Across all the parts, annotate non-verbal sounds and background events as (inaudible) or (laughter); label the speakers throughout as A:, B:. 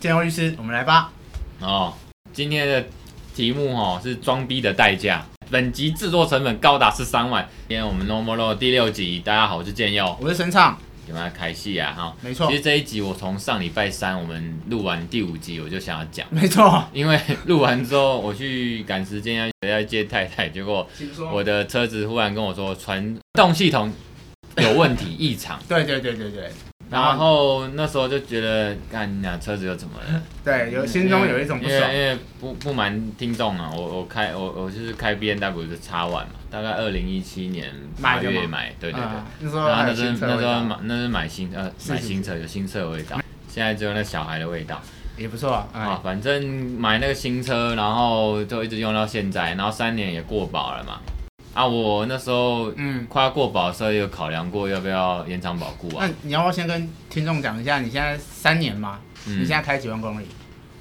A: 建辉律师，我们来吧。
B: 哦，今天的题目哦是装逼的代价。本集制作成本高达十三万。今天我们 Normal Road 第六集，大家好，我是建佑，
A: 我是神唱，
B: 你们来开戏啊哈。
A: 没错
B: 其实这一集我从上礼拜三我们录完第五集，我就想要讲，
A: 没错，
B: 因为录完之后我去赶时间要要接太太，结果
A: 请
B: 我的车子忽然跟我说传动系统有问题异
A: (laughs)
B: 常，
A: 对对对对对
B: 然后那时候就觉得干那车子又怎么了？
A: 对，有心中有一种不
B: 因为因
A: 爽。
B: 为因为不不瞒听众啊，我我开我我就是开 B N W 的叉 one 嘛，大概二零一七年八
A: 买的
B: 月
A: 吗
B: 买，对对对。
A: 啊，那时候
B: 然
A: 还
B: 后那
A: 有
B: 时候
A: 新车
B: 那
A: 味
B: 时候
A: 道，
B: 买那是买新呃
A: 是
B: 买
A: 是
B: 新车有新车的味道，现在只有那小孩的味道
A: 也不错啊。哎
B: 啊。反正买那个新车，然后就一直用到现在，然后三年也过保了嘛。啊，我那时候
A: 嗯，
B: 快要过保的时候，有考量过要不要延长保固啊
A: 那。你要不要先跟听众讲一下，你现在三年嘛，你
B: 嗯
A: 现，在开几万公里？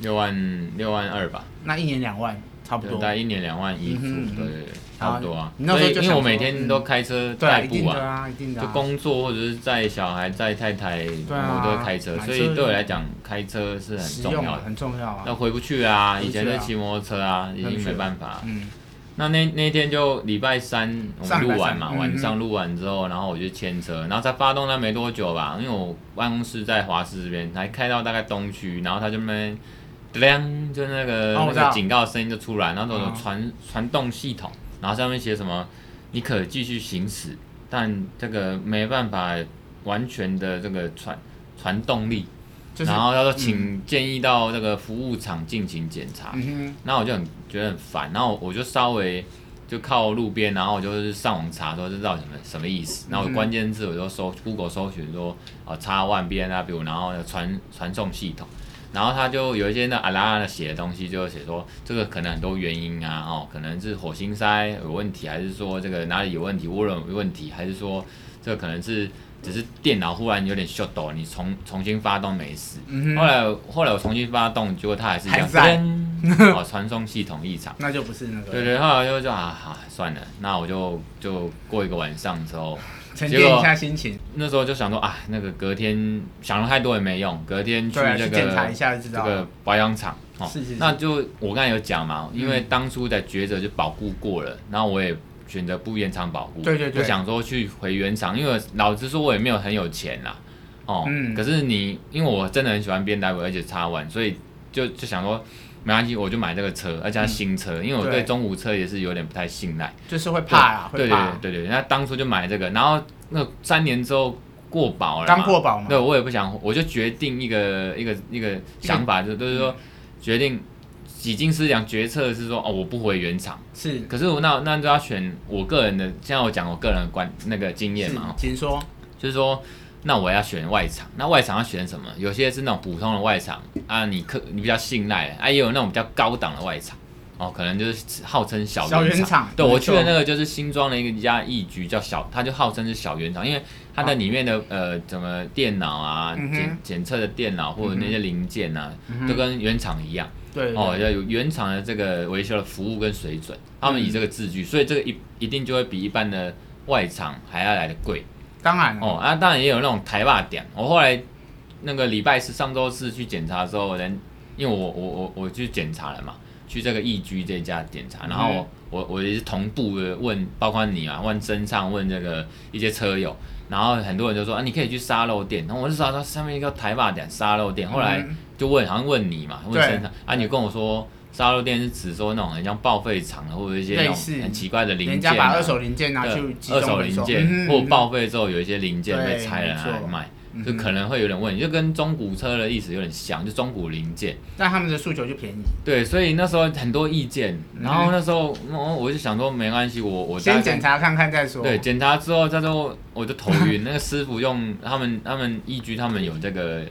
B: 六万六万二吧。
A: 那一年两万，差不
B: 就
A: 多
B: 大。概一年两万一
A: 嗯
B: 左
A: 哼嗯哼
B: 对对对，差不多啊。
A: 你那时候
B: 所以
A: 就
B: 因为我
A: 想说
B: 每天都开车
A: 对啊，
B: 代
A: 一
B: 步
A: 定的
B: 啊，
A: 啊，一定的
B: 就
A: 啊。
B: 工作或者是载小孩、载太太，
A: 啊
B: 我都会开车，
A: 买车
B: 所以对我来讲，开车
A: 实
B: 是很重
A: 用
B: 要
A: 啊，
B: 的。
A: 很重要
B: 那
A: 啊。
B: 回不去啊，
A: 回不
B: 以
A: 去啊
B: 前就骑摩托车啊，已经没办法。
A: 嗯，
B: 那那那天就礼拜三我
A: 上
B: 们
A: 礼拜
B: 录完嘛，
A: 三嗯
B: 晚上录完之后，然后我就牵车，然后才发动那没多久吧，因为我办公室在华师这边，才开到大概东区，然后他就那边。亮，就那个、
A: 哦我知道
B: 那个警告声音就出来，然后那
A: 嗯
B: 种传、传动系统，然后上面写什么，你可继续行驶，但这个没办法完全的这个传传动力，
A: 就是
B: 然后他说请建议到这个服务厂进行检查，
A: 嗯
B: 然后我就很觉得很烦，然后我就稍微就靠路边，然后我就是上网查说这到底什么什么意思，然后我
A: 嗯
B: 关键字我就搜 Google 搜寻说啊叉 one B N W，然后传传送系统，然后他就有一些那阿拉阿拉写的东西，就写说这个可能很多原因啊，哦，可能是火星塞有问题，还是说这个哪里有问题，涡轮有问题，还是说这个可能是只是电脑忽然有点 shut down，你重重新发动没事。
A: 哼，嗯
B: 后
A: 哼，
B: 来后来我重新发动，结果它还是一
A: 还
B: 样，
A: 在 (laughs)
B: 噔哦，传送系统异常。
A: 那就不是那个。
B: 对对，后来就就啊啊算了，那我就就过一个晚上之后，
A: 沉淀一下心情，
B: 那时候就想说啊，那个隔天想了太多也没用，隔天去
A: 对啊，
B: 这
A: 去
B: 个
A: 检查一下就知
B: 这
A: 道了。
B: 个保养厂哦，
A: 是是是
B: 那就我刚才有讲嘛，因为
A: 嗯
B: 当初的抉择就保固过了，然后我也选择不延长保固，
A: 对对对
B: 就想说去回原厂，因为老实说我也没有很有钱啦，哦，
A: 嗯
B: 可是你因为我真的很喜欢 B N W，而且插完，所以就就想说。没关系，我就买这个车，而且它新车，因为我
A: 对
B: 对中古车也是有点不太信赖。
A: 就是会嗯怕啦，
B: 对
A: 会
B: 对
A: 怕。
B: 对对对，那当初就买这个，然后那三年之后过保了嘛，
A: 刚过保嘛
B: 对，我也不想，我就决定一个一个一个嗯想法，就就是说决定几经思量决策是说哦，我不回原厂。
A: 是
B: 可是我那那就要选我个人的，现在我讲我个人的观那个经验
A: 是
B: 嘛，哦，
A: 请说。
B: 就是说。那我要选外场，那外场要选什么？有些是那种普通的外场啊，你可你比较信赖的，啊，也有那种比较高档的外场，哦，可能就是号称小
A: 小
B: 原
A: 原
B: 厂，
A: 厂，
B: 对，我去的
A: 没
B: 那个就是新装的一个家一局叫小，它就号称是小原厂，因为它的里面的、呃，怎么电脑啊，
A: 嗯哼
B: 检检测的电脑或者那些零件啊，
A: 嗯
B: 都跟原厂一样。
A: 错对嗯
B: 哦，
A: 哦，
B: 要有原厂的这个维修的服务跟水准，他们以这个自居，所以这个一一定就会比一般的外厂还要来的贵。
A: 当然
B: 哦，啊，当然也有那种台霸点。我后来那个礼拜四上周四去检查的时候，人因为我我我我去检查了嘛，去这个易居这家检
A: 嗯
B: 查，然后我、我我也是同步的问，包括你啊，问真上，问这个一些车友，然后很多人就说啊，你可以去沙漏店，然后我就找到上面一个台霸点沙漏店，后来
A: 嗯
B: 就问好像问你嘛，问
A: 对
B: 真上啊，你跟我说。沙漏店是指说那种很像报废厂的，或者一些那
A: 类
B: 种
A: 似
B: 很奇怪的零件、啊，
A: 人家把二手零件拿
B: 对
A: 去集
B: 二
A: 中
B: 手
A: 回
B: 零
A: 收，
B: 件
A: 嗯
B: 或报废之后，有一些零件
A: 对
B: 被拆了拿来
A: 没错
B: 卖，
A: 嗯
B: 就可能会有点问题，就跟中古车的意思有点像，就中古零件。
A: 但他们的诉求就便宜，
B: 对，所以那时候很多意见，然后那时候我我就想说没关系，我我
A: 嗯
B: 大
A: 先
B: 概
A: 检查哦看看再说。
B: 对，检查之后，他说我就头
A: (laughs)
B: 晕。那个师傅用他们他们易居他们有这个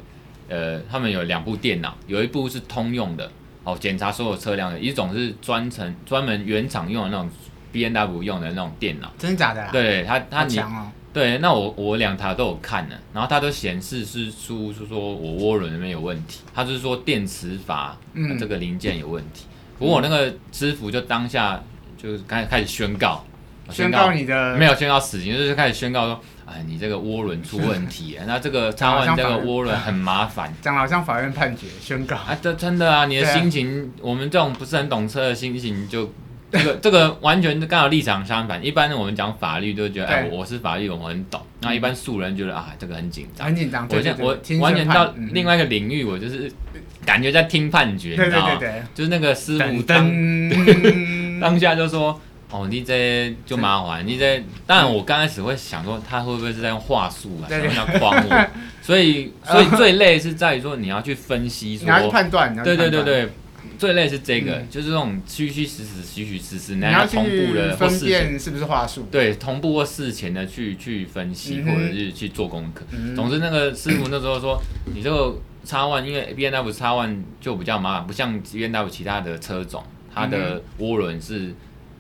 B: 呃，他们有两部电脑，有一部是通用的，哦，检查所有车辆的，一种是专程专门原厂用的那种 B N W 用的那种电脑。
A: 真假的啦，
B: 对他他
A: 啊好
B: 你啊
A: 强哦，
B: 对，那我我两台都有看了，然后它都显示是出是说我涡轮那边有问题，它是说电磁阀、
A: 嗯
B: 呃这个零件有问题。不过我那个师傅就当下就是开开始宣告，
A: 宣告你的
B: 没有宣告死刑，就是开始宣告说，哎，你这个涡轮出问题，啊那这个插
A: 好像
B: 换这
A: 法
B: 个
A: 律
B: 涡轮很麻烦。
A: 讲得好像法院判决宣告，
B: 啊，这真的啊，你的
A: 对啊
B: 心情，我们这种不是很懂车的心情就。这个这个完全跟我立场相反。一般我们讲法律都觉得，哎，
A: 对
B: 我我是法律，我很懂。那一般素人觉得啊，这个很紧张。
A: 很紧张。
B: 我
A: 啊对对
B: 现在
A: 对
B: 我
A: 听
B: 完
A: 宣
B: 全
A: 判
B: 到
A: 嗯
B: 另外一个领域，我就是感觉在听判决，你
A: 对
B: 知
A: 对
B: 道吗
A: 对？对，
B: 就是那个师傅
A: 噔
B: 当
A: 噔，
B: (laughs) 当下就说：“哦，你这就麻烦，你这……当然，我刚开始会想说他会不会是在用话术啊，
A: 对
B: 想
A: 对
B: 要诓我。所以，所以最累是在于说你要去分析
A: (laughs) 你要去
B: 说，
A: 判断，你要去
B: 对对
A: 判
B: 对
A: 断，
B: 对，最累是这个，
A: 嗯
B: 就是这种虚虚实实、虚虚实实，
A: 你
B: 然
A: 要
B: 后同步
A: 去
B: 的或
A: 分
B: 事前，
A: 辨是不是话术。
B: 对，同步或事前的去去分析，
A: 嗯
B: 或
A: 哼
B: 者是去做功课。
A: 嗯
B: 总之，那个师傅那时候说，你这个叉万，因为 B N W 叉万就比较麻烦，不像 B N W 其他的车种，它
A: 嗯
B: 的涡轮是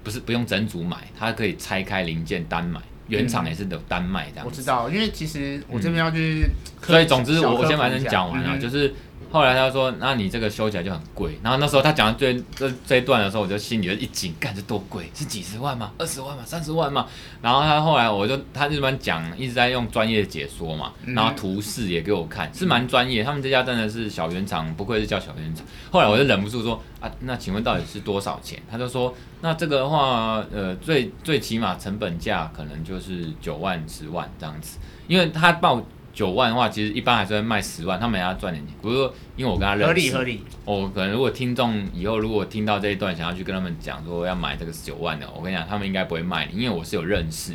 B: 不是不用整组买，它可以拆开零件单买，原厂也是有单卖这样嗯
A: 我。知道，因为其实我这边要去科普，
B: 所以总之
A: 小
B: 我我
A: 科
B: 先
A: 普
B: 把
A: 一
B: 你
A: 下
B: 讲完了，
A: 嗯
B: 就是后来他说，那你这个修起来就很贵。然后那时候他讲到这这这一段的时候，我就心里就一紧，干这多贵？是几十万吗？二十万吗？三十万吗？然后他后来我就他就蛮讲，一直在用专业解说嘛，
A: 嗯
B: 然后图示也给我看，是蛮专业。他们这家真的是小原厂，不愧是叫小原厂。后来我就忍不住说啊，那请问到底是多少钱？他就说，那这个的话，呃，最最起码成本价可能就是九万、十万这样子，因为他报。九万的话，其实一般还是会卖十万，他们也要赚点钱。不是说因为我跟他认识，
A: 嗯合理合理，
B: 哦，可能如果听众以后如果听到这一段，想要去跟他们讲说要买这个九万的，我跟你讲，他们应该不会卖你，因为我是有认识，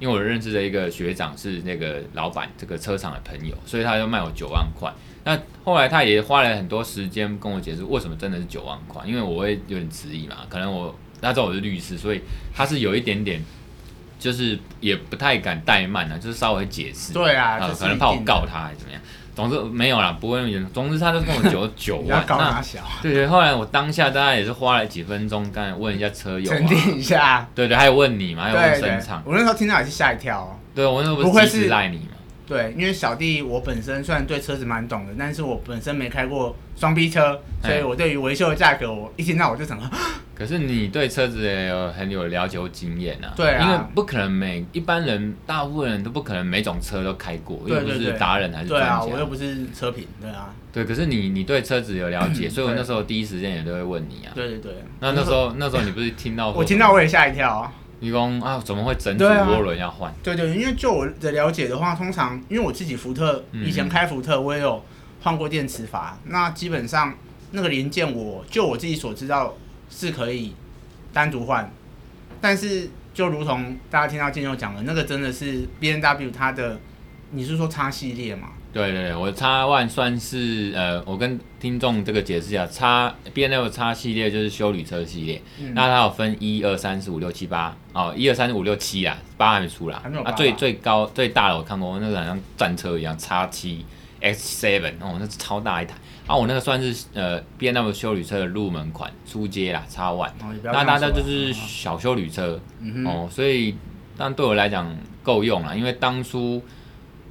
B: 因为我认识的一个学长是那个老板这个车厂的朋友，所以他就卖我九万块。那后来他也花了很多时间跟我解释为什么真的是九万块，因为我会有点迟疑嘛，可能我那时候我是律师，所以他是有一点点。就是也不太敢怠慢了、就是稍微解释，
A: 对啊，
B: 啊
A: 这，是
B: 可能
A: 一
B: 怕我
A: 定的
B: 告，他还是怎么样。总之没有啦，不会那么严重。总之他就跟我九 (laughs) 九
A: 你要
B: 万，
A: 搞
B: 那
A: 哪小，
B: 对对。后来我当下大概也是花了几分钟，刚才问一下车友、啊
A: 沉，淀一下。
B: 对对，还有问你嘛， (laughs) 还有问
A: 对对
B: 声场，，
A: 我那时候听到也是吓一跳哦。
B: 对我那
A: 不
B: 是
A: 会
B: 及时
A: 是
B: 赖你嘛，
A: 对，因为小弟我本身虽然对车子蛮懂的，但是我本身没开过双 B 车，所以
B: 嗯
A: 我对于维修的价格，我一听到我就整个，
B: 可是你对车子也有很有了解或经验啊，
A: 对啊
B: 因为不可能每一般人，大部分人都不可能每种车都开过，
A: 对
B: 又不
A: 对
B: 是
A: 对
B: 达人还是
A: (laughs) 对
B: 专家，
A: 啊，我又不是车评，对啊，
B: 对。可是你你对车子有了解，所以我那时候第一时间也都会问你啊。
A: 对对对。
B: 那那时候那时候你不是听到
A: 我听到我也吓一跳啊。
B: 你讲啊，怎么会整组
A: 对啊
B: 涡轮要换？
A: 对对，因为就我的了解的话，通常因为我自己福特
B: 嗯
A: 以前开福特，我也有换过电磁阀，那基本上那个零件我就我自己所知道是可以单独换，但是就如同大家听到建佑讲的，那个真的是 B N W 它的，你是说叉系列嘛？
B: 对对对，我叉 One 算是呃，我跟听众这个解释一下，叉 B N L 叉系列就是修理车系列，
A: 嗯
B: 那它有分一二三四五六七八哦，一二三四五六七啦，八还没出啦
A: 还没有，八
B: 啊
A: 啊
B: 最最高最大的我看过，那个好像战车一样，叉七 X Seven 哦，那是超大一台，啊我那个算是呃 B N L 修理车的入门款，初阶啦，叉 One，
A: 哦，也不要这
B: 那
A: 样
B: 大家
A: 说
B: 就
A: 啊
B: 是小修理车，
A: 嗯哼，
B: 哦，所以但对我来讲够用了，因为当初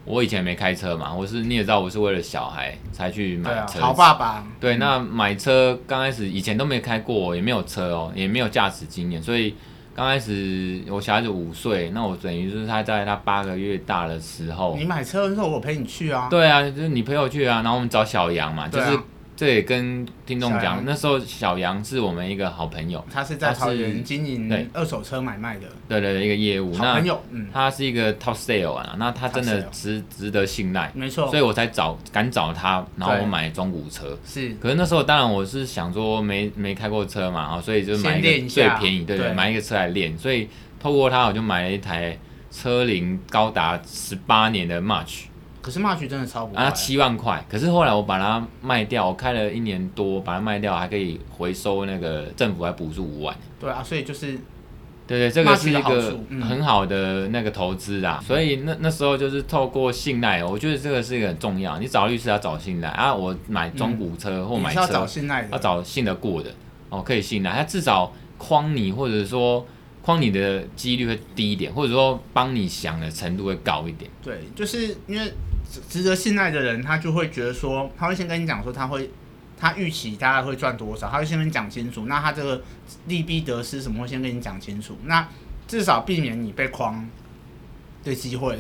B: 我以前没开车嘛，我是你也知道，我是为了小孩才去买
A: 对啊
B: 车，子。
A: 好爸爸，
B: 对，那买车刚开始以前都没开过，也没有车哦，也没有驾驶经验，所以刚开始我小孩子五岁，那我等于就是他在他八个月大的时候
A: 你，买车的时候我陪你去啊，
B: 对啊，就是你陪我去啊，然后我们找小杨嘛，就
A: 对啊
B: 是这也跟听众
A: 小
B: 讲，
A: 杨
B: 那时候小杨是我们一个好朋友，
A: 他是在
B: 他是
A: 桃园经
B: 对
A: 营二手车买卖的
B: 对对对，一个业务，
A: 好
B: 那
A: 朋友，嗯，
B: 他是一个 top sale 啊，那他真的
A: top sale
B: 值值得信赖，
A: 没错
B: 所以，我才找敢找他，然后
A: 对
B: 我买中古车。
A: 是。
B: 可是那时候当然我是想说没没开过车嘛，哦，所以就
A: 先
B: 买一
A: 练
B: 个
A: 一
B: 最
A: 下
B: 便宜，对对，
A: 对
B: 买一个车来练。所以透过他，我就买了一台车龄高达十八年的 March，
A: 可是 March 真的超不快
B: 啊，七万块。可是后来我把它卖掉，我开了一年多，把它卖掉还可以回收那个政府还补助五万。
A: 对啊，所以就是
B: 对对，这个是一
A: 那取得好
B: 个
A: 处嗯
B: 很好的那个投资啦，所以那那时候就是透过信赖，我觉得这个是一个很重要。你找律师要找信赖啊，我买中古车或
A: 你嗯
B: 买
A: 是
B: 车、啊
A: 要找信赖
B: 要
A: 的，
B: 找信得过的哦，可以信赖，他至少框你或者说框你的几率会低一点，或者说帮你想的程度会高一点。
A: 对，就是因为值值得信赖的人，他就会觉得说，他会先跟你讲说他会。他预期大概会赚多少，他会先跟你讲清楚。那他这个利弊得失什么会先跟你讲清楚。那至少避免你被框的机会。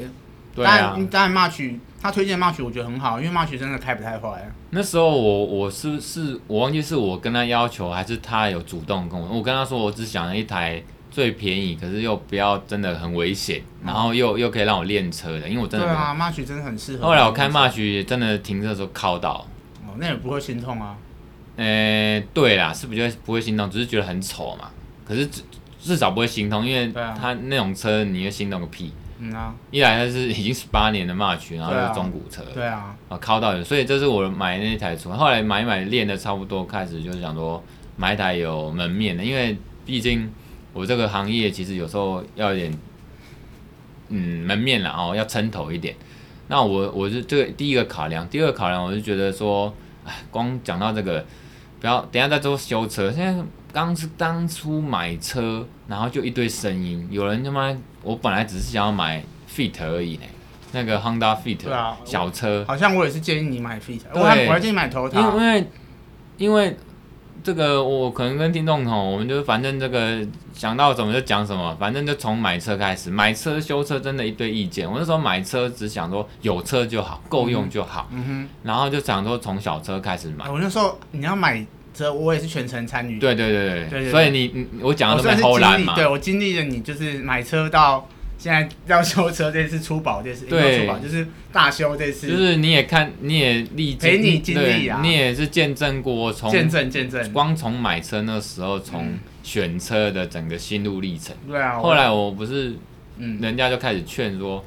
B: 对啊，
A: 当然当然 March 他推荐 March 我觉得很好，因为 March 真的开不太坏。啊
B: 那时候我我是是我忘记是我跟他要求，还是他有主动跟我，我跟他说我只想要一台最便宜，可是又不要真的很危险，然后又又可以让我练车的，因为我
A: 嗯
B: 真
A: 对
B: 的没有。
A: 啊，March 真的很适合。
B: 后来我开 March 也真的停车的时候靠到，
A: 哦，那也不会心痛啊。
B: 呃，对啦，是不就不会心痛，只是觉得很丑嘛。可是至至少不会心痛，因为
A: 对啊
B: 他那种车你会心痛个屁。
A: 嗯啊，
B: 一来它是已经十八年的 March，然后又
A: 对啊
B: 是中古车，
A: 对啊，
B: 啊，靠到有，所以这是我买那台车，后来买一买练的差不多，开始就是想说买一台有门面的，因为毕竟我这个行业其实有时候要有点，嗯，门面啦哦，要撑头一点。那我我是这个第一个考量，第二个考量我是觉得说，哎，光讲到这个，不要等一下再做修车，现在刚是当初买车，然后就一堆声音，有人他妈，我本来只是想要买 Fit 而已呢，那个 Honda Fit、
A: 对啊
B: 呃小车。
A: 好像我也是建议你买 Fit，我还我还建议买头
B: 因
A: 塔。
B: 为因为这个我可能跟听众吼，我们就反正这个想到什么就讲什么，反正就从买车开始，买车修车真的一堆意见。我那时候买车只想说有车就好，够用就好，
A: 嗯
B: 然后就想说从小车开始买
A: 哎哼，。我那时候你要买车，我也是全程参与。
B: 对对对对
A: 对对
B: 所以你你我讲
A: 我
B: 的都
A: 算
B: 被
A: 是
B: 偷
A: 经
B: 懒
A: 历，
B: 嘛，
A: 对我经历了你就是买车到现在要修车这次出保这次，
B: 对
A: 也没有出保就是大修这
B: 就
A: 次，
B: 是你也看你也历
A: 陪
B: 经
A: 你经历啊
B: 对你也是见证过我从
A: 见证见证。
B: 光从买车那时候从
A: 嗯
B: 选车的整个心路历程。
A: 对啊，我
B: 后来我不是
A: 嗯，
B: 人家就开始劝说，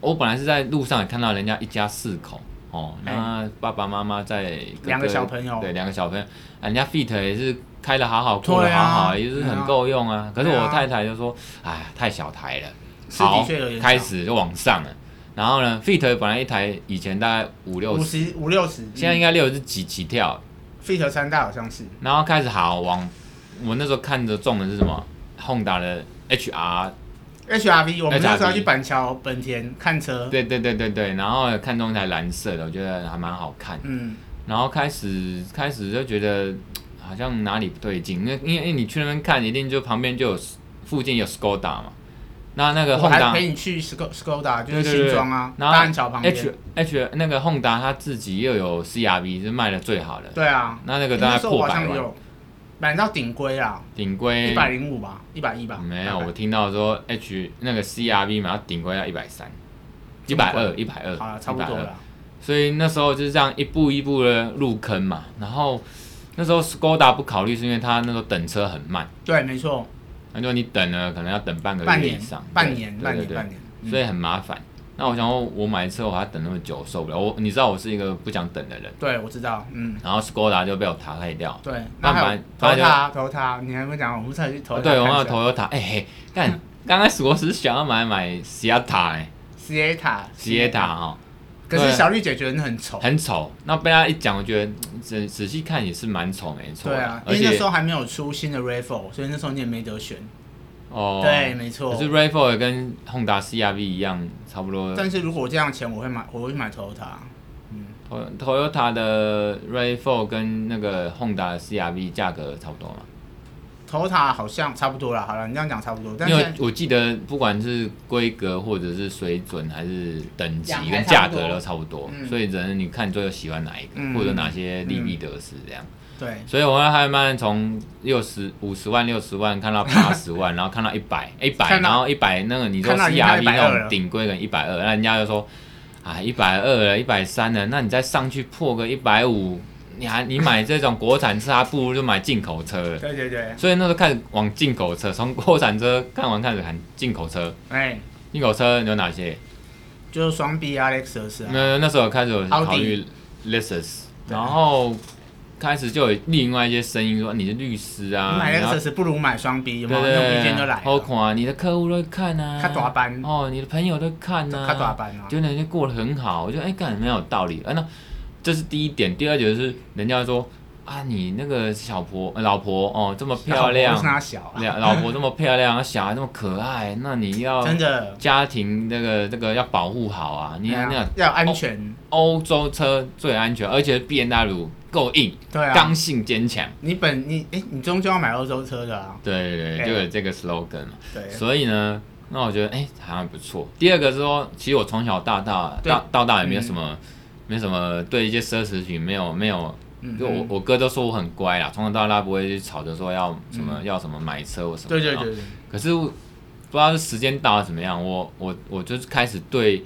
B: 哦我本来是在路上也看到人家一家四口哦，
A: 哎
B: 那爸爸妈妈在哥哥
A: 两个小朋友
B: 对，两个小朋友，啊人家 Fit 也是开的好好，过得
A: 对啊
B: 好好，也是
A: 对啊
B: 很够用啊。可是
A: 对啊
B: 我太太就说，哎，太小台了，
A: 是的
B: 好
A: 确有点，
B: 开始就往上了。然后呢，Fit 本来一台以前大概五六
A: 五
B: 十，
A: 十五六十，
B: 现在应该六十几起跳，
A: Fit 三代好像是，
B: 然后开始好往，我那时候看着中的是什么？Honda 的 HR
A: HRV，我们
B: HRV
A: 那时候要去板桥本田看车，
B: 对对对对对，然后看中一台蓝色的，我觉得还蛮好看。
A: 嗯，
B: 然后开始开始就觉得好像哪里不对劲，因为因为因为你去那边看，一定就旁边就有附近有 Skoda 嘛，那那个
A: 我还
B: Honda
A: 陪你去 Sco- Skoda，就
B: 对
A: 是
B: 对对
A: 新庄啊，
B: 然
A: 大安桥
B: 后
A: 旁
B: H
A: 边，
B: H 那个 Honda 它自己又有 CRV 是卖的最好的，
A: 对啊，
B: 那那
A: 那
B: 个大概
A: 时候我
B: 破
A: 好
B: 百
A: 像
B: 万，
A: 有买到顶规啊，
B: 顶
A: 一
B: 规
A: 百零五吧，一百一吧，
B: 没有，
A: 大概
B: 我听到说 H 那个 CRV 嘛，它顶规要一百三。一
A: 这么
B: 百
A: 贵
B: 二，一百二，
A: 好了，差不多
B: 120
A: 了，
B: 所以那时候就是这样一步一步的入坑嘛。然后那时候 Skoda 不考虑，是因为它那时候等车很慢，
A: 对，没错，
B: 那就你等了可能要等半个
A: 半
B: 月以
A: 年
B: 上，，
A: 半
B: 对
A: 年，
B: 对
A: 半
B: 对
A: 年，
B: 对
A: 半年，嗯
B: 所以很麻烦。那我想说，我买车我还要等那么久，受不了。我你知道我是一个不想等的人，
A: 对，我知道，嗯，
B: 然后 Skoda 就被我淘汰掉。
A: 对，那
B: 那
A: 还有
B: 反
A: 投
B: 反正
A: 他投他，你还没讲，我们才去投
B: 啊
A: 他，
B: 对，我要
A: 投
B: Toyota，哎、嘿，干，刚开始我只是想要买买 Siata 哎、
A: Sieta
B: Siata 哦，
A: 可是小绿姐觉得那很丑，
B: 很丑。那被他一讲，我觉得嗯仔仔细看也是蛮丑，没错
A: 对
B: 啦。
A: 啊，因
B: 而
A: 为那
B: 且
A: 时候还没有出新的 Raffle，所以那时候你也没得选，
B: 哦，
A: 对，没错
B: 可。是 Rav4 也跟 Honda CRV 一样，差不多。
A: 但是如果我这样钱，我会买，我会买 Toyota。嗯，
B: Toy- Toyota 的 Rav4 跟那个 Honda 的 CRV 价格差不多嘛？
A: Toyota 好像差不多了，好了，你这样讲差不多，但
B: 因为
A: 是
B: 我记得不管是规格或者是水准还是等级
A: 两台
B: 跟
A: 差
B: 价
A: 不多
B: 格都差不多，
A: 嗯
B: 所以人你看最后喜欢哪一个，
A: 嗯
B: 或者哪些利弊得失这样。
A: 对
B: 所以我们还慢慢从六十五十万、六十万看到八十万，然后看到一
A: (laughs)
B: 百、一百，
A: 看到
B: 然后一百那个你说
A: 看到已经到
B: CRV
A: 120
B: 那
A: 了
B: 种顶规的一百二，那人家就说啊一百二了、一百三了，那你再上去破个一百五，你还你买这种国产车，还不如就买进口车了。 (laughs)
A: 对对对，
B: 所以那时候开始往进口车，从国产车看完开始喊进口车，
A: 哎，
B: 进口车有哪些？
A: 就是双 B Alex 是啊，
B: 那那时候开始有
A: 奥迪
B: 考虑 Lexus，
A: 对
B: 然后开始就有另外一些声音说你是律师啊，
A: 你买
B: 你要
A: Alex 不如买双 B，有没
B: 对
A: 有？
B: 对
A: 那种
B: 对，
A: 意见就来
B: 好
A: 了，
B: 看啊，你的客户都会看啊，
A: 他大班，
B: 哦，你的朋友都会看啊，
A: 他大班啊，
B: 就人家过得很好，我觉得哎，干蛮有道理。啊，那这是第一点，第二点就是人家说啊，你那个小婆、呃老婆哦这么漂亮，
A: 是他小啊，
B: 老老婆这么漂亮，啊小孩这么可爱，那你要
A: 真的，
B: 家庭那个这个要保护好啊，你
A: 哎
B: 要那个
A: 呀要有安全，
B: 欧洲车最安全，而且 B N W 够硬，
A: 对啊，
B: 刚性坚强。
A: 你本你哎、你终究要买欧洲车的啊，
B: 对对
A: 对
B: 对，就有这个 slogan 嘛。
A: 对，
B: 所以呢，那我觉得哎、好像不错。第二个是说，其实我从小到大
A: 对
B: 到到大也没有什么，没什么对一些奢侈品没有没有，
A: 嗯
B: 就我
A: 嗯
B: 我哥都说我很乖啦，从小到大不会去吵着说要什么、要什么买车或什么。
A: 嗯对对
B: 然后
A: 对对，
B: 可是我不知道是时间到了怎么样，我我我就是开始对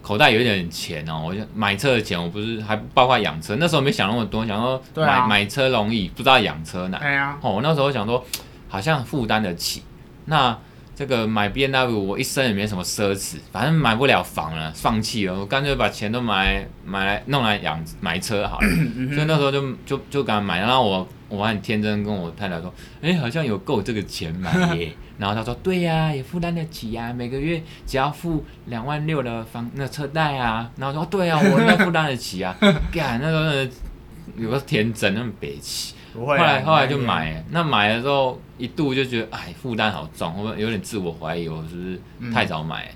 B: 口袋有一点钱哦，我就买车的钱，我不是还包括养车，那时候没想那么多，想说
A: 对
B: 买、
A: 啊
B: 买车容易，不知道养车难。
A: 哎呀，
B: 哦，我那时候想说，好像负担得起。那这个买 B N W，我一生也没什么奢侈，反正买不了房了，放弃了，我干脆把钱都买来买来弄来养买车好了。所以那时候就就就敢买，然后我我很天真跟我太太说，哎、好像有够这个钱买耶。然后她说，对呀、也负担得起呀、每个月只要付两万六的房那车贷啊。然后我说，对呀、我那负担得起啊。干，那时候真的有个天真，那么北齐。
A: 不
B: 后
A: 会啊，
B: 来后来就
A: 你
B: 买了，那买了之后一度就觉得哎负担好重，我有点自我怀疑，我是
A: 嗯
B: 不是太早买了？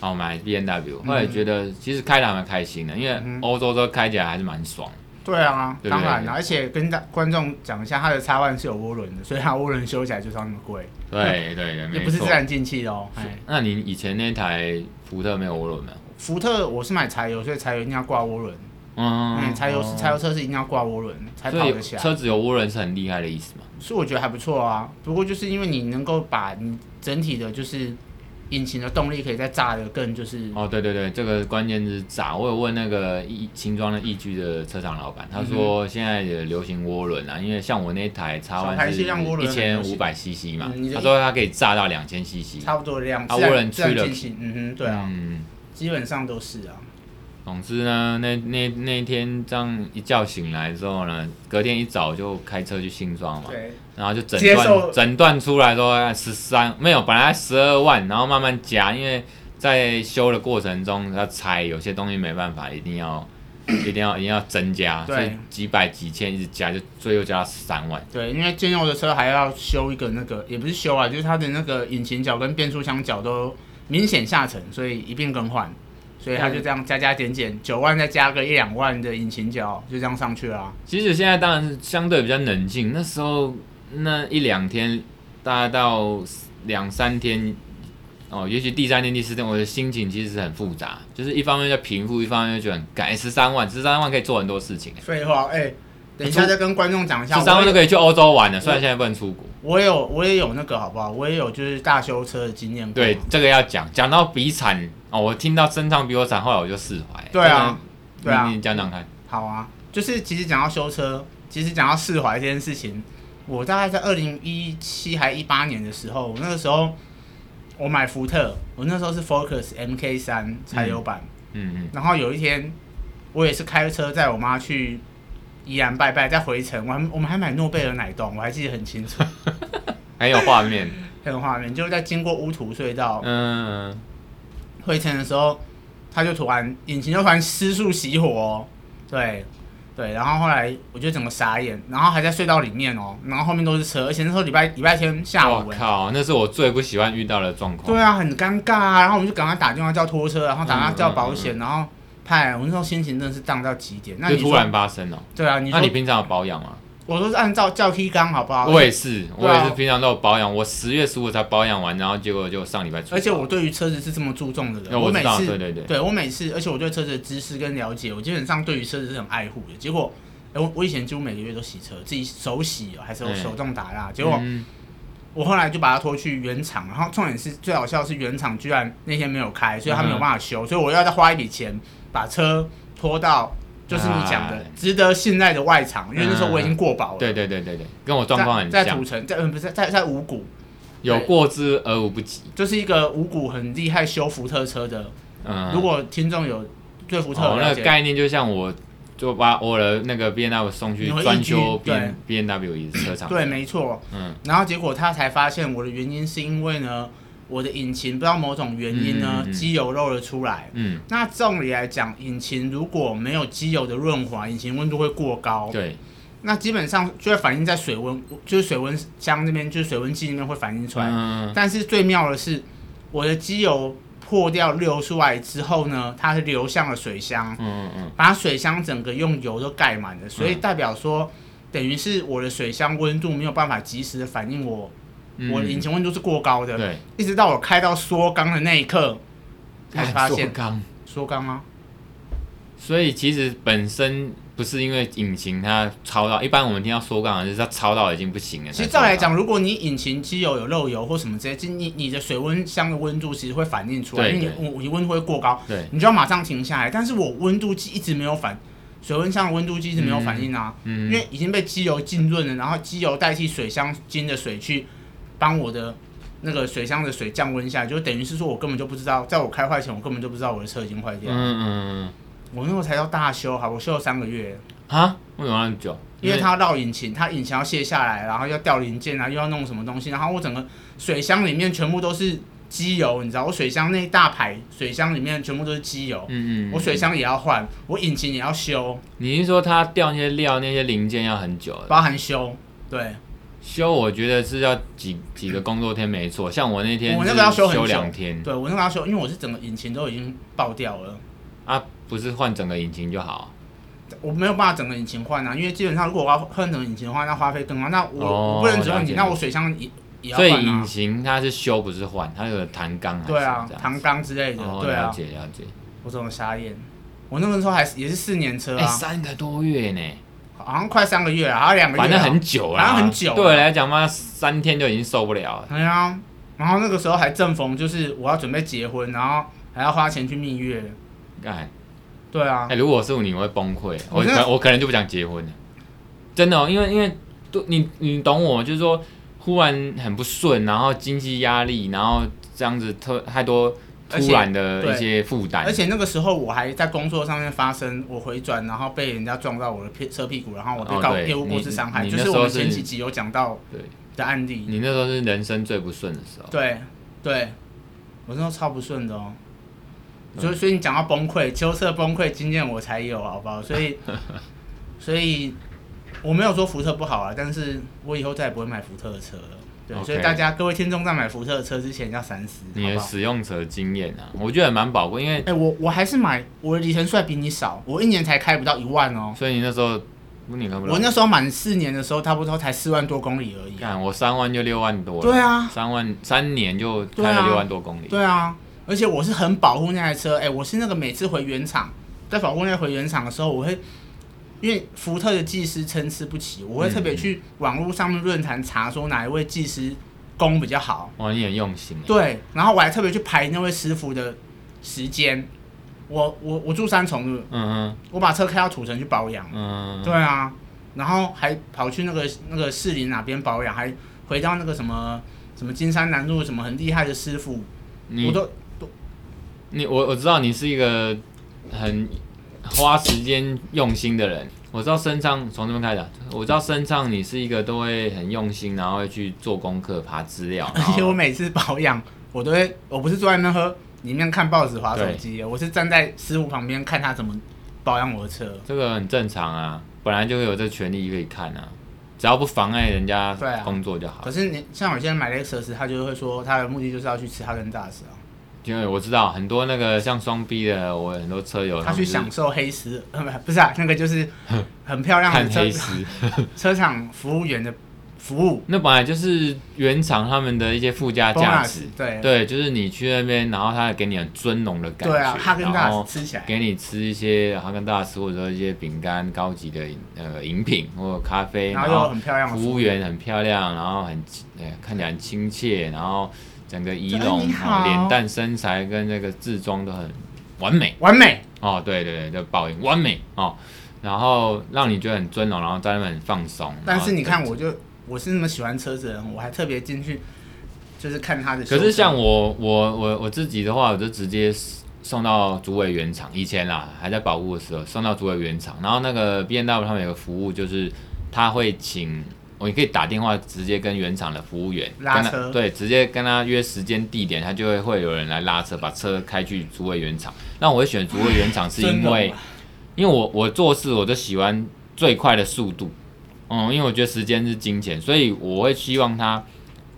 B: 然后买 B N W，后来觉得其实开的还蛮开心的，因为
A: 嗯
B: 欧洲车开起来还是蛮爽。
A: 对啊，
B: 对不
A: 当
B: 对
A: 然啦，而且跟大观众讲一下，它的叉万是有涡轮的，所以它涡轮修起来就是要那么贵， (laughs)
B: 对对对，
A: 也
B: 没
A: 不是自
B: 错。
A: 然进气的哦。哎
B: 那你以前那台福特没有涡轮吗？
A: 福特我是买柴油，所以柴油一定要挂涡轮，嗯，
B: 嗯，
A: 柴油是柴油车是一定要挂涡轮才
B: 所
A: 跑
B: 以
A: 得起来，
B: 车子有涡轮是很厉害的意思嘛？
A: 所以我觉得还不错啊。不过就是因为你能够把你整体的就是引擎的动力可以再炸的更就是
B: 哦，对对对，这个关键是炸。我有问那个易新庄的易居的车厂老板，
A: 嗯
B: 他说现在也流行涡轮啊，因为像我那台叉
A: 小排
B: 弯是
A: 气量涡轮很
B: 一
A: 流
B: 千
A: 行
B: 五百 CC 嘛
A: 嗯你，的
B: 他说它可以炸到两千 CC。
A: 差不多的量，
B: 啊
A: 自然
B: 涡轮
A: 自然
B: 驱了
A: 进气，嗯哼，对啊，
B: 嗯，
A: 基本上都是啊。
B: 总之呢，那那那天这样一觉醒来之后呢，隔天一早就开车去新庄嘛，
A: 对，
B: 然后就诊
A: 接受
B: 断诊断出来说哎十三没有，本来十二万，然后慢慢加，因为在修的过程中要拆，有些东西没办法，一
A: (coughs)
B: 定要一定要一定要增加，
A: 对
B: 所以几百几千一直加，就最后加到三万。
A: 对，因为建佑的车还要修一个那个，也不是修啊，就是它的那个引擎角跟变速箱角都明显下沉，所以一并更换，所以他就这样加加减减，九万再加个一两万的引擎角，就这样上去了啊。
B: 其实现在当然是相对比较冷静，那时候那一两天，大概到两三天，哦，也许第三天、第四天，我的心情其实是很复杂，就是一方面在平复，一方面又觉得很干。哎十三万，十三万可以做很多事情、
A: 废话，哎、等一下再跟观众讲一下，
B: 十三
A: 我
B: 万
A: 也
B: 就可以去欧洲玩了，虽然现在不能出国。
A: 我也有我也有那个好不好？我也有就是大修车的经验过。
B: 对，这个要讲，讲到比惨哦，我听到声唱比我惨，后来我就释怀。
A: 对啊
B: 这
A: 对
B: 个，
A: 啊
B: 你你讲讲看。
A: 好啊，就是其实讲到修车，其实讲到释怀这件事情，我大概在二零一七还一八年的时候，我那个时候我买福特，我那时候是 Focus MK 三柴油版，
B: 嗯
A: 然后有一天我也是开车载我妈去宜兰拜拜，再回程，我还我们还买诺贝尔奶冻，我还记得很清楚，
B: 嗯，很有
A: (laughs)
B: 画面。
A: 很有画面，就是在经过乌涂隧道
B: 嗯，
A: 回程的时候，他就突然引擎就突然失速熄火、哦，对对，然后后来我就整个傻眼，然后还在隧道里面哦，然后后面都是车，而且那时候礼拜礼拜天下
B: 我
A: 午，哎
B: 靠，那是我最不喜欢遇到的状况。
A: 对啊，很尴尬啊，然后我们就赶快打电话叫拖车，啊然后打电话
B: 嗯
A: 叫保险，然后派，我那时候心情真的是荡到极点。那
B: 就
A: 你
B: 突
A: 说
B: 然发生了。
A: 对啊，你
B: 那
A: 说
B: 你平常有保养吗？
A: 我都是按照叫 T 缸好不好？
B: 我也是，我
A: 对啊
B: 也是平常都有保养。我十月十五才保养完，然后结果就上礼拜出发。
A: 而且我对于车子是这么注重的人，
B: 那哦我
A: 每
B: 知道，
A: 次
B: 对对对，
A: 对我每次，而且我对车子的知识跟了解，我基本上对于车子是很爱护的。结果，哎、我我以前几乎每个月都洗车，自己手洗哦还是我
B: 嗯
A: 手动打蜡。结果
B: 嗯
A: 我后来就把它拖去原厂，然后重点是最好笑的是原厂居然那天没有开，所以他没有
B: 嗯哼
A: 办法修，所以我要再花一笔钱把车拖到就是你讲的
B: 哎嗯
A: 值得信赖的外厂，因为那时候我已经过保了。
B: 对对对对对，跟我状况很
A: 在在土
B: 像，
A: 城，在嗯不是在在在五股，
B: 有过之而无不及。
A: 就是一个五股很厉害修福特车的。
B: 嗯，
A: 如果听众有对福特有
B: 哦，那
A: 了
B: 个
A: 解，
B: 概念就像我就把我的那个 B N W 送去
A: 你会
B: 专
A: 依据
B: 修 B
A: 对
B: B N W 车厂。
A: 对，没错。
B: 嗯，
A: 然后结果他才发现我的原因是因为呢，我的引擎不知道某种原因呢，
B: 嗯嗯嗯
A: 机油漏了出来。
B: 嗯
A: 那照理来讲，引擎如果没有机油的润滑，引擎温度会过高，
B: 对，
A: 那基本上就会反映在水温，就是水温箱那边，就是水温计那边会反映出来。
B: 嗯，
A: 但是最妙的是，我的机油破掉流出来之后呢，它是流向了水箱，
B: 嗯嗯
A: 把水箱整个用油都盖满了，所以代表说，等于是我的水箱温度没有办法及时的反映我、
B: 嗯，
A: 我的引擎温度是过高的，
B: 对，
A: 一直到我开到缩缸的那一刻，才发现
B: 刚，
A: 缩缸啊吗？
B: 所以其实本身不是因为引擎它超到，一般我们听到缩缸就是它超到已经不行了。
A: 其实
B: 哎才
A: 照
B: 缩
A: 来
B: 缸，
A: 讲，如果你引擎机油有漏油或什么之类，其实你你的水温箱的温度其实会反映出来，
B: 对
A: 因为你我你温度会过高，
B: 对，
A: 你就要马上停下来。但是我温度计一直没有反，水温箱的温度计一直没有反应啊，因
B: 嗯，
A: 为已经被机油浸润了，然后机油代替水箱经的水去帮我的那个水箱的水降温下来，就等于是说我根本就不知道，在我开坏前我根本就不知道我的车已经坏
B: 嗯
A: 掉，
B: 嗯
A: 我那时候才要大修，好，我修了三个月，
B: 嗯，啊，为什么那么久？
A: 因为它要绕引擎，它引擎要卸下来，然后要掉零件啊，又要弄什么东西，然后我整个水箱里面全部都是机油，你知道，我水箱那一大排水箱里面全部都是机油，
B: 嗯嗯，
A: 我水箱也要换，我引擎也要修，
B: 你是说它掉那些料那些零件要很久的？
A: 包含修，对，
B: 修我觉得是要几几个工作天没错，像我那天
A: 我那个要
B: 是
A: 修很久
B: 两天
A: 对我那个要修，因为我是整个引擎都已经爆掉了，
B: 啊，不是换整个引擎就好。
A: 我没有办法整个引擎换啊，因为基本上如果我要换整个引擎的话，那花费更高，那我、
B: 哦
A: 我不能只换引
B: 了解
A: 擎，那我水箱也也要
B: 所以
A: 换
B: 引
A: 啊，
B: 擎它是修不是换，它有弹钢还是
A: 对啊
B: 这，样
A: 唐缸之类的，
B: 哦，
A: 对
B: 了
A: 啊，
B: 解了解。
A: 我怎么傻眼？我那个时候还是也是四年车
B: 哎、
A: 啊。
B: 三个多月呢，
A: 好像快三个月了，好像两个月
B: 反
A: 了，
B: 正很久啦，
A: 反正很久啊
B: 对我来讲嘛，三天就已经受不了了。
A: 对啊。然后那个时候还正逢就是我要准备结婚，然后还要花钱去蜜月，
B: 干，
A: 对
B: 哎、
A: 啊，
B: 如果是你，我会崩溃，
A: 我
B: 我
A: 真的
B: 可我可能就不想结婚了。真的哦、因为因为都你你懂我，就是说忽然很不顺，然后经济压力，然后这样子特太多
A: 而且
B: 突然的
A: 对
B: 一些负担，
A: 而且那个时候我还在工作上面发生我回转，然后被人家撞到我的屁车屁股，然后我被
B: 哦
A: 告
B: 对
A: 业务过失
B: 你
A: 伤害，
B: 你
A: 就
B: 那时
A: 我
B: 候
A: 们
B: 是
A: 前几集有讲到
B: 对
A: 的案例，
B: 你那时候是人生最不顺的时候。
A: 对对，我那时候超不顺的哦。
B: 嗯
A: 所以，所以你讲到崩溃，秋色崩溃经验我才有，好不好？所
B: (laughs)
A: 以，所以我没有说福特不好啊，但是我以后再也不会买福特的车了。对
B: OK
A: 所以大家各位听众在买福特的车之前要三思，
B: 你
A: 好
B: 的
A: 不好？
B: 使用者经验啊，我觉得也蛮宝贵，因为
A: 哎、我我还是买我的里程数还比你少，我一年才开不到一万哦。
B: 所以你那时候你看不到
A: 我那时候满四年的时候，差不多才四万多公里而已。
B: 看我三万就六万多了，
A: 对啊，
B: 三万三年就开
A: 对啊
B: 了六万多公里，
A: 对啊，而且我是很保护那台车，哎、我是那个每次回原厂，在保护那回原厂的时候，我会因为福特的技师参差不齐，我会特
B: 嗯
A: 别去网络上面论坛查说哪一位技师功比较好，
B: 哇，你很用心欸，
A: 对，然后我还特别去排那位师傅的时间。我我我住三重路，
B: 嗯
A: 我把车开到土城去保养
B: 嗯，嗯，
A: 对啊，然后还跑去那个那个士林哪边保养，还回到那个什么什么金山南路什么很厉害的师傅，我
B: 你哦
A: 都 (laughs)
B: 你我我知道你是一个很花时间用心的人，我知道身上从这边开始啊，我知道身上你是一个都会很用心，然后会去做功课、爬资料，
A: 而 (laughs)
B: 然
A: 且我
B: 后
A: 每次保养，我都会，我不是坐在那喝里面看报纸、划手机，我是站在师傅旁边看他怎么保养我的车。
B: 这个很正常啊，本来就会有这权利可以看啊，只要不妨碍人家
A: 对啊
B: 工作就好
A: 可。是你像有些人买 Lexus，他就会说他的目的就是要去吃哈根达斯
B: (laughs)
A: 啊，
B: 因为我知道很多那个像双 B 的，我很多车友
A: 他去
B: 们是
A: 享受黑丝，呃 (laughs) 不不是啊，那个
B: (laughs)
A: 就是很漂亮
B: 看
A: 的车
B: 黑丝，
A: 车厂服务员的服务
B: 那本来就是原厂他们的一些附加价
A: bonus，
B: 值。
A: 对
B: 对，就是你去那边，然后他给你很尊荣的感觉，
A: 对啊，哈根达
B: 然
A: 斯
B: 后
A: 吃起来，
B: 给你吃一些哈根达斯或者说一些饼干、高级的呃饮品或者咖啡，
A: 然
B: 然
A: 后又
B: 后
A: 很漂亮的
B: 服
A: 服
B: 务
A: 务。
B: 员很漂亮，然后很呃看起来很亲切，然后整个仪
A: 哎
B: 容、
A: 你好
B: 哦脸蛋、身材跟那个制装都很完美。
A: 完美，
B: 哦，对对对，就报应完美哦，然后让你觉得很尊荣，然后在那边很放松。
A: 但是你看，
B: 我，
A: 我就我是那么喜欢车子的人，我还特别进去，就是看他的修车。
B: 可是像我我我我自己的话，我就直接送到竹尾原厂，以前啦还在保护的时候送到竹尾原厂，然后那个 B N W 他们有个服务，就是他会请。我你可以打电话直接跟原厂的服务员
A: 拉
B: 跟他
A: 车
B: 对，直接跟他约时间地点，他就会会有人来拉车，把车开去竹尾原厂。那我会选竹尾原厂，是
A: 真
B: 因
A: 的
B: 为
A: 吗
B: 因为我我做事我都喜欢最快的速度，嗯，因为我觉得时间是金钱，所以我会希望他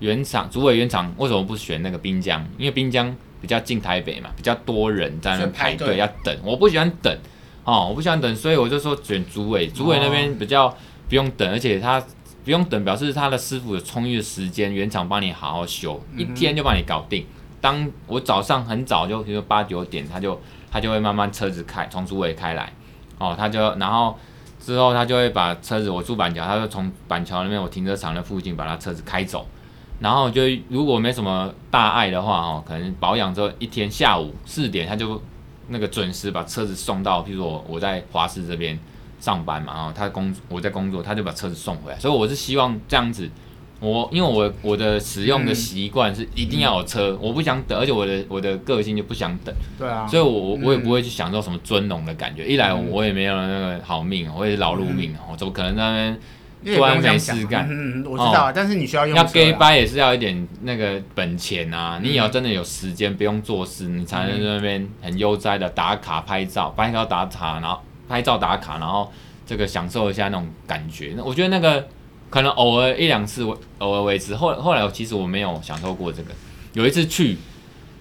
B: 原厂主委原厂为什么不选那个滨江？因为滨江比较近台北嘛，比较多人在那
A: 所以排
B: 排
A: 队
B: 队要等，我不喜欢等哦，我不喜欢等，所以我就说选竹尾，竹尾那边比较不用等，而且他不用等，表示他的师傅有充裕的时间，原厂帮你好好修，一天就把你搞定。当我早上很早就，比如说八九点，他就他就会慢慢车子开从竹尾开来，哦，他就然后之后他就会把车子，我住板桥，他就从板桥那边我停车场的附近把他车子开走，然后就如果没什么大碍的话，哦，可能保养之后一天下午四点他就那个准时把车子送到，譬如我我在华师这边上班嘛，哦，他工我在工作，他就把车子送回来，所以我是希望这样子。我因为我我的使用的
A: 嗯
B: 习惯是一定要有车，我不想等，而且我的我的个性就不想等，
A: 对啊，
B: 所以我我也
A: 嗯
B: 不会去享受什么尊荣的感觉。一来我也没有那个好命，我也是劳碌命，我哦怎么可能在那边
A: 因为也不用这样想
B: 突然没事干哦
A: 嗯，嗯嗯我知道啊，但是你需要用
B: 要
A: 车
B: gay
A: 啊嗯
B: 掰也是要一点那个本钱啊，你也要真的有时间，不用做事，你才能在那边很悠哉的打卡拍照，拍照打卡，然后拍照打卡，然后这个享受一下那种感觉。那我觉得那个可能偶尔一两次，偶尔为之。后后来我其实我没有享受过这个，有一次去，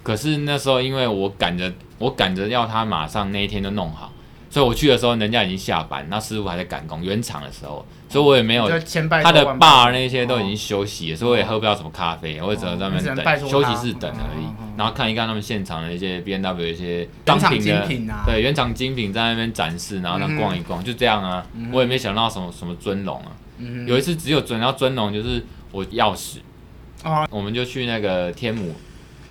B: 可是那时候因为我赶着我赶着要他马上那一天就弄好。所以我去的时候，人家已经下班，那师傅还在赶工，原厂的时候，所以我也没有
A: 就千拜啊
B: 他的
A: 万拜哦
B: bar 那些都已经休息了，所以我也喝不到什么咖啡，我也只能在那
A: 你只
B: 边
A: 能拜
B: 等
A: 托
B: 休
A: 他
B: 息室等而已
A: 嗯嗯嗯。
B: 然后看一看他们现场的一些 B N W 一些
A: 原
B: 商
A: 厂
B: 品
A: 精
B: 的，
A: 品啊，
B: 对原厂精品在那边展示，然后让逛一逛，就这样啊。我也没想到什么什么尊龙啊，
A: 嗯，
B: 有一次只有准到尊龙就是我钥匙
A: 哦，
B: 我们就去那个天母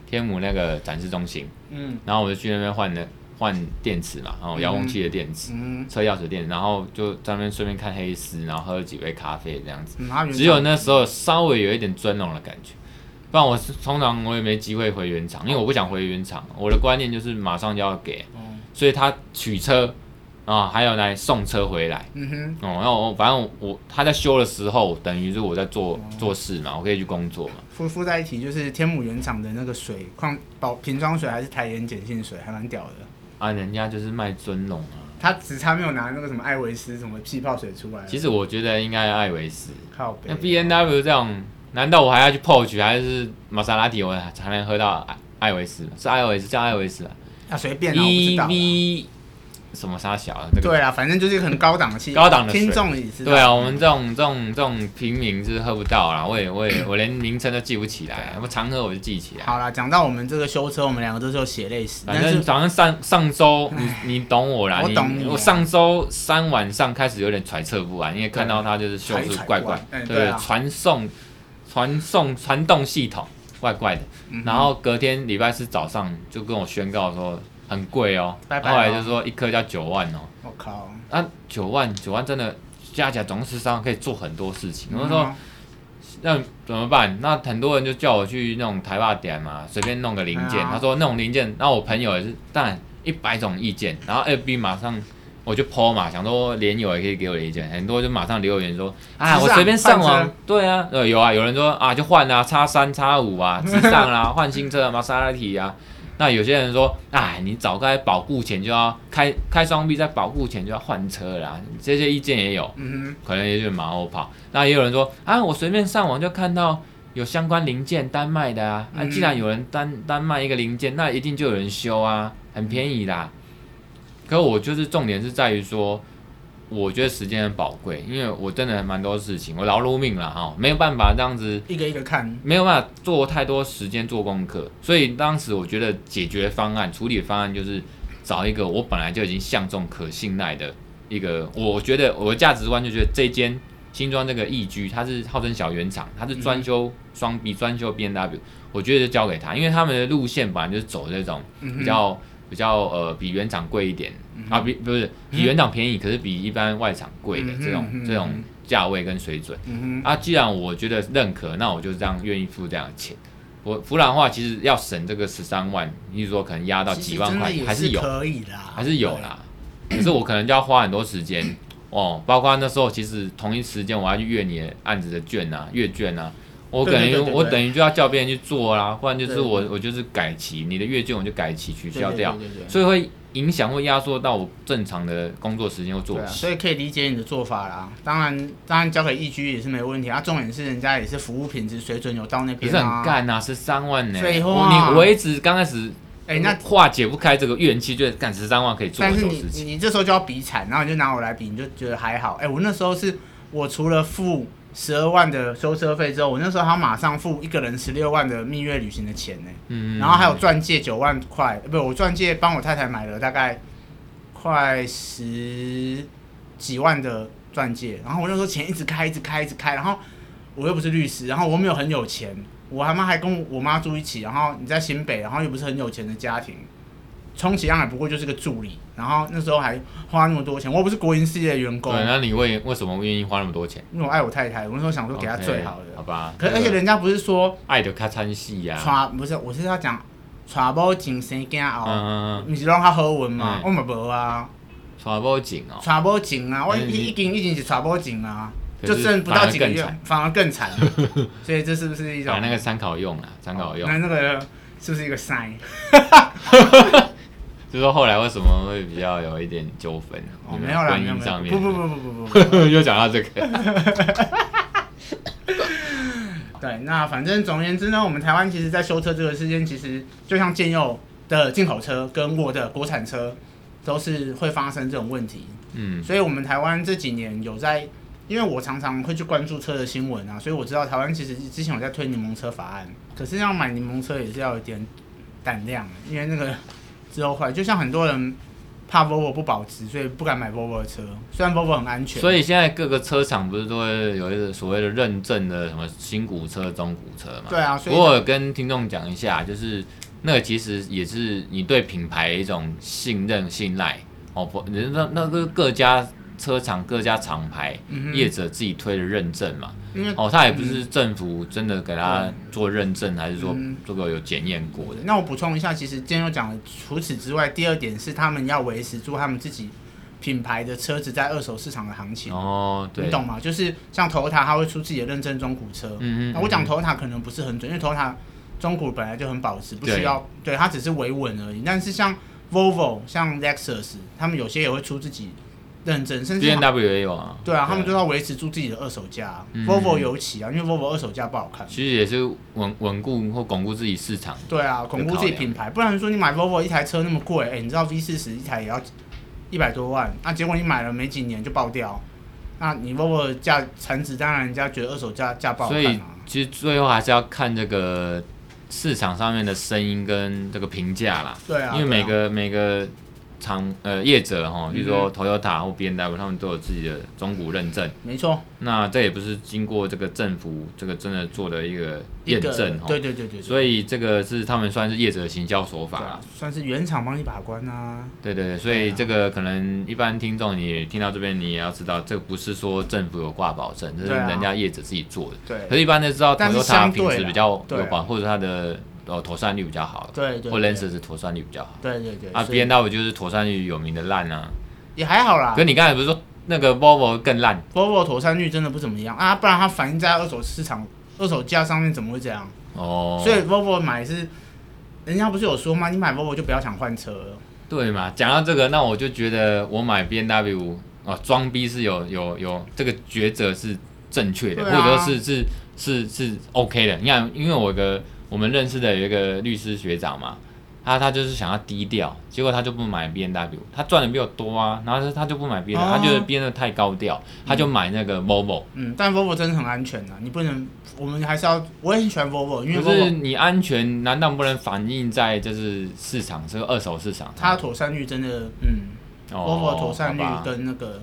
B: 天母那个展示中心，
A: 嗯
B: 然后我就去那边换了换电池嘛，然后遥控器的电池，
A: 嗯
B: 车钥匙电池，然后就在那边顺便看黑丝，然后喝了几杯咖啡这样子。
A: 嗯，他原厂
B: 只有那时候稍微有一点尊荣的感觉，不然我是通常我也没机会回原厂，因为我不想回原厂。我的观念就是马上就要给，
A: 哦
B: 所以他取车啊、还有来送车回来。
A: 嗯哼，
B: 哦、然后我反正我他在修的时候，等于是我在做
A: 哦
B: 做事嘛，我可以去工作嘛。
A: 附附在一起就是天母原厂的那个水矿宝瓶装水还是台盐碱性水，还蛮屌的。
B: 啊，人家就是卖尊荣啊。
A: 他只差没有拿那个什么艾维斯什么气泡水出来。
B: 其实我觉得应该要艾维斯，
A: 靠北
B: 那 B N W 这种，难道我还要去 Porsche 还是玛莎拉蒂，我才能喝到艾艾维斯？是艾维斯叫艾维斯啊。
A: 啊，随便啊，我不知
B: E
A: 道啦。
B: V 什么沙小啊？这个
A: 对啊，反正就是一个很高档的气，
B: 高档的水
A: 听众也知道。
B: 对啊，我们这种这种这种平民是喝不到啦，我也我也我连名称都记不起来，啊我常喝我就记起来。
A: 啊好啦，讲到我们这个修车，我们两个都是有血泪史，
B: 反
A: 但
B: 正
A: 是
B: 早上上上周你你懂我啦，
A: 我
B: 你
A: 懂你啊
B: 我上周三晚上开始有点揣测不安，因为看到他就是秀
A: 对
B: 出
A: 揣
B: 怪
A: 不
B: 怪
A: 完，嗯对
B: 对
A: 啊，
B: 传送传送传动系统怪怪的，
A: 嗯
B: 然后隔天礼拜四早上就跟我宣告说很贵哦，
A: 拜拜
B: 后来
A: 哦
B: 就说一颗要九万哦，
A: 嗯我靠，
B: 那啊九万九万真的加起来总共十三万，可以做很多事情。我就说
A: 嗯
B: 那怎么办？那很多人就叫我去那种台霸点嘛，随便弄个零
A: 哎
B: 件。
A: 呀
B: 他说那种零件，那我朋友也是，但一百种意见，然后 FB 马上。我就 PO 嘛，想说连友也可以给我意见，很多就马上留言说，啊，
A: 直
B: 我
A: 上
B: 随便上
A: 换
B: 网
A: 车，
B: 对啊，呃有啊，有人说啊就换啊，叉三叉五 (laughs) 啊，直上啦、换新车啊，玛莎拉蒂啊，那有些人说，哎，你早该保护前就要开开双臂，在保护前就要换车啦，这些意见也有，
A: 嗯
B: 可能也就是马后炮。那也有人说，啊，我随便上网就看到有相关零件单卖的啊，啊，
A: 嗯
B: 既然有人单单卖一个零件，那一定就有人修啊，很便宜啦。可我就是重点是在于说，我觉得时间很宝贵，因为我真的蛮多事情，我劳碌命了哈、哦，没有办法这样子
A: 哼，一个一个看，
B: 没有办法做太多时间做功课，所以当时我觉得解决方案、处理方案就是找一个我本来就已经相中、可信赖的一个。我觉得我的价值观就觉得这间新庄这个易居，它是号称小原厂，它是
A: 嗯
B: 专修双 B、专修 B N W，我觉得就交给他，因为他们的路线本来就是走这种
A: 嗯哼嗯
B: 比较比较呃比原厂贵一点啊，比不是比原厂便宜，可是比一般外厂贵的这种
A: 嗯哼
B: 这种
A: 嗯
B: 价位跟水准。
A: 嗯
B: 啊，既然我觉得认可，那我就这样愿意付这样的钱。我不然的话，其实要省这个十三万，你说可能压到
A: 哼，
B: 几万块
A: 其实真的也
B: 还是有，
A: 可以啦，
B: 还是有啦。可是我可能就要花很多时间哦，包括那时候其实同一时间我要去阅你的案子的卷啊、阅卷啊，我可
A: 对对
B: 能
A: 对对
B: 我
A: 对
B: 等于就要叫别人去做啦，不然就是
A: 对
B: 我我就是改期，你的阅卷我就改期取
A: 对
B: 消掉，
A: 对对对对
B: 所以会影响或压缩到我正常的工作时间或作
A: 对啊，
B: 息。
A: 所以可以理解你的做法啦。当然，当然交给易居也是没问题啊。重点是人家也是服务品质水准有到那
B: 可
A: 边
B: 是
A: 啊。
B: 很干呐、十三万呢、
A: 废话
B: 我你我一直刚开始，
A: 哎那
B: 化解不开这个怨气，就是干十三万可以做
A: 但
B: 很
A: 是
B: 多
A: 你
B: 事情。
A: 你这时候就要比惨，然后你就拿我来比，你就觉得还好。哎、我那时候是我除了付十二万的修车费之后，我那时候还要马上付一个人十六万的蜜月旅行的钱呢、
B: 嗯，
A: 然后还有钻戒九万块，呃不，我钻戒帮我太太买了大概快十几万的钻戒，然后我那时候钱一直开，一直开，一直开，然后我又不是律师，然后我又没有很有钱，我他妈还跟我妈住一起，然后你在新北，然后又不是很有钱的家庭，充其量也不过就是个助理，然后那时候还花那么多钱，我又不是国营事业的员工
B: 对，，那你为为什么愿意花那么多钱？
A: 因为我爱我太太，我那时候想说给她
B: OK，
A: 最好的
B: 好吧。
A: 可是而且
B: 这个
A: 人家不是说
B: 爱的咔参戏呀，
A: 娶不是，我是要讲娶某前生囝后。
B: 啊嗯，
A: 毋是拢较好运嘛？
B: 嗯
A: 我嘛无啊，
B: 传播紧哦，
A: 娶某情啊，我
B: 嗯你
A: 已已经已经是娶某情啊，
B: 可
A: 就是剩不
B: 反
A: 到
B: 而
A: 几个
B: 更
A: 月
B: 惨，
A: 反而更
B: (laughs)
A: 惨。所以这是不是一种哦
B: 把？哎那个参考用啦，参考用。
A: 那那个是不是一个 sign？
B: 就是说后来为什么会比较有一点纠纷？
A: 哦，
B: 你们
A: 没有啦，
B: 婚
A: 没有
B: 姻上
A: 没
B: 面
A: 有，不不不不不不。
B: 不， (laughs) 又讲到
A: (laughs)
B: 这个，
A: 对，那反正总而言之呢，我们台湾其实在修车这个事件，其实就像建佑的进口车跟我的国产车，都是会发生这种问题。
B: 嗯，
A: 所以我们台湾这几年有在，因为我常常会去关注车的新闻啊，所以我知道台湾其实之前有在推柠檬车法案，可是要买柠檬车也是要有点胆量，因为那个之后坏，就像很多人怕
B: 嗯
A: Volvo 不保值，所以不敢买 Volvo 的车，虽然 Volvo 很安全，
B: 所以现在各个车厂不是都会有一个所谓的认证的什么新古车、中古车嘛？
A: 对啊，所
B: 不过
A: 以
B: 我跟听众讲一下，就是那个其实也是你对品牌一种信任、信赖哦。不，那那个各家车厂、各家厂牌、
A: 嗯哼嗯
B: 业者自己推的认证嘛。
A: 因为
B: 哦，他也不是政府真的给他做认证，还是说
A: 嗯
B: 这个有检验过的。
A: 那我补充一下，其实今天有讲的，除此之外，第二点是他们要维持住他们自己品牌的车子在二手市场的行情。
B: 哦，对，
A: 嗯你懂吗？就是像 Toyota，它会出自己的认证中古车。
B: 嗯嗯嗯
A: 啊那我讲 Toyota 可能不是很准，因为 Toyota 中古本来就很保值，不需要对它只是维稳而已。但是像 Volvo、像 Lexus，他们有些也会出自己认证，甚
B: B
A: 至
B: N W 也有啊。
A: 对啊，他们就要维持住自己的二手价啊、
B: 嗯
A: Volvo 尤其啊，因为 Volvo 二手价不好看。
B: 其实也是稳稳固或巩固自己市场。
A: 对啊，巩固自己品牌，不然说你买 Volvo 一台车那么贵，哎、你知道 V 四十一台也要一百多万，那、结果你买了没几年就爆掉，那你 Volvo 的价产值当然人家觉得二手价价不好
B: 所
A: 看
B: 以
A: 啊。
B: 其实最后还是要看这个市场上面的声音跟这个评价啦。
A: 对啊，
B: 因为每
A: 对啊
B: 个、每个厂呃业者哈，比
A: 嗯
B: 如说 Toyota 或 B N W，他们都有自己的中古认证。
A: 没错，
B: 那这也不是经过这个政府这个真的做的一个
A: 一
B: 验
A: 个
B: 证哈，
A: 对对对啊对，以
B: 所以这个是他们算是业者的行销手法啦。
A: 算是原厂帮你把关啊。
B: 对对对，所以这个可能一般听众你听到这边，你也要知道，这个不是说政府有挂保证，这是
A: 对啊
B: 人家业者自己做的。可
A: 对
B: 是，一般都知道
A: 但是
B: Toyota
A: 相对
B: 品
A: 啦
B: 质比较
A: 对啊
B: 有保，或者它的呃妥善率比较好，
A: 对对，
B: 或
A: 对
B: Lens 是妥善率比较好。
A: 对对对
B: 啊
A: 所
B: ，B
A: 以
B: N W 就是妥善率有名的烂啊。
A: 也还好啦
B: 可。你刚才不是说那个 Volvo 更烂？
A: Volvo 妥善率真的不怎么样啊，不然它反映在二手市场、二手价上面怎么会这样？
B: 哦，
A: 所以 Volvo 买是，人家不是有说吗？你买 Volvo 就不要想换车了。
B: 对嘛？讲到这个，那我就觉得我买 B N W 啊，装逼是有有有这个抉择是正确的，
A: 对啊
B: 或者说是是是是 OK 的。你看，因为我有个我们认识的有一个律师学长嘛，他他就是想要低调，结果他就不买 B N W，他赚的比我多啊，然后他他就不买 B N W，、
A: 哦
B: 他觉得 B N W 太高调，他就买那个 Volvo。
A: 嗯，但 Volvo 真的很安全啊，你不能，我们还是要，我也很喜欢 Volvo，因为
B: 可是
A: Volvo
B: 你安全难道不能反映在就是市场这个二手市场
A: 它
B: 上？
A: 的妥善率真的，嗯，Volvo
B: 哦
A: 的妥善率
B: 好吧
A: 跟那个，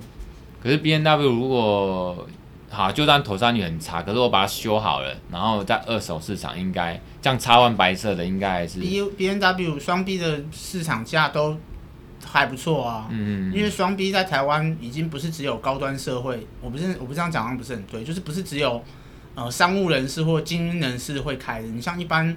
B: 可是 B N W 如果好，就算妥善率很差，可是我把它修好了，然后在二手市场应该这样插换白色的应该还是
A: B B N W 双 B 的市场价都还不错啊。
B: 嗯
A: 因为双 B 在台湾已经不是只有高端社会，我不是我不是这样讲，好像不是很对，就是不是只有呃商务人士或精英人士会开的，你像一般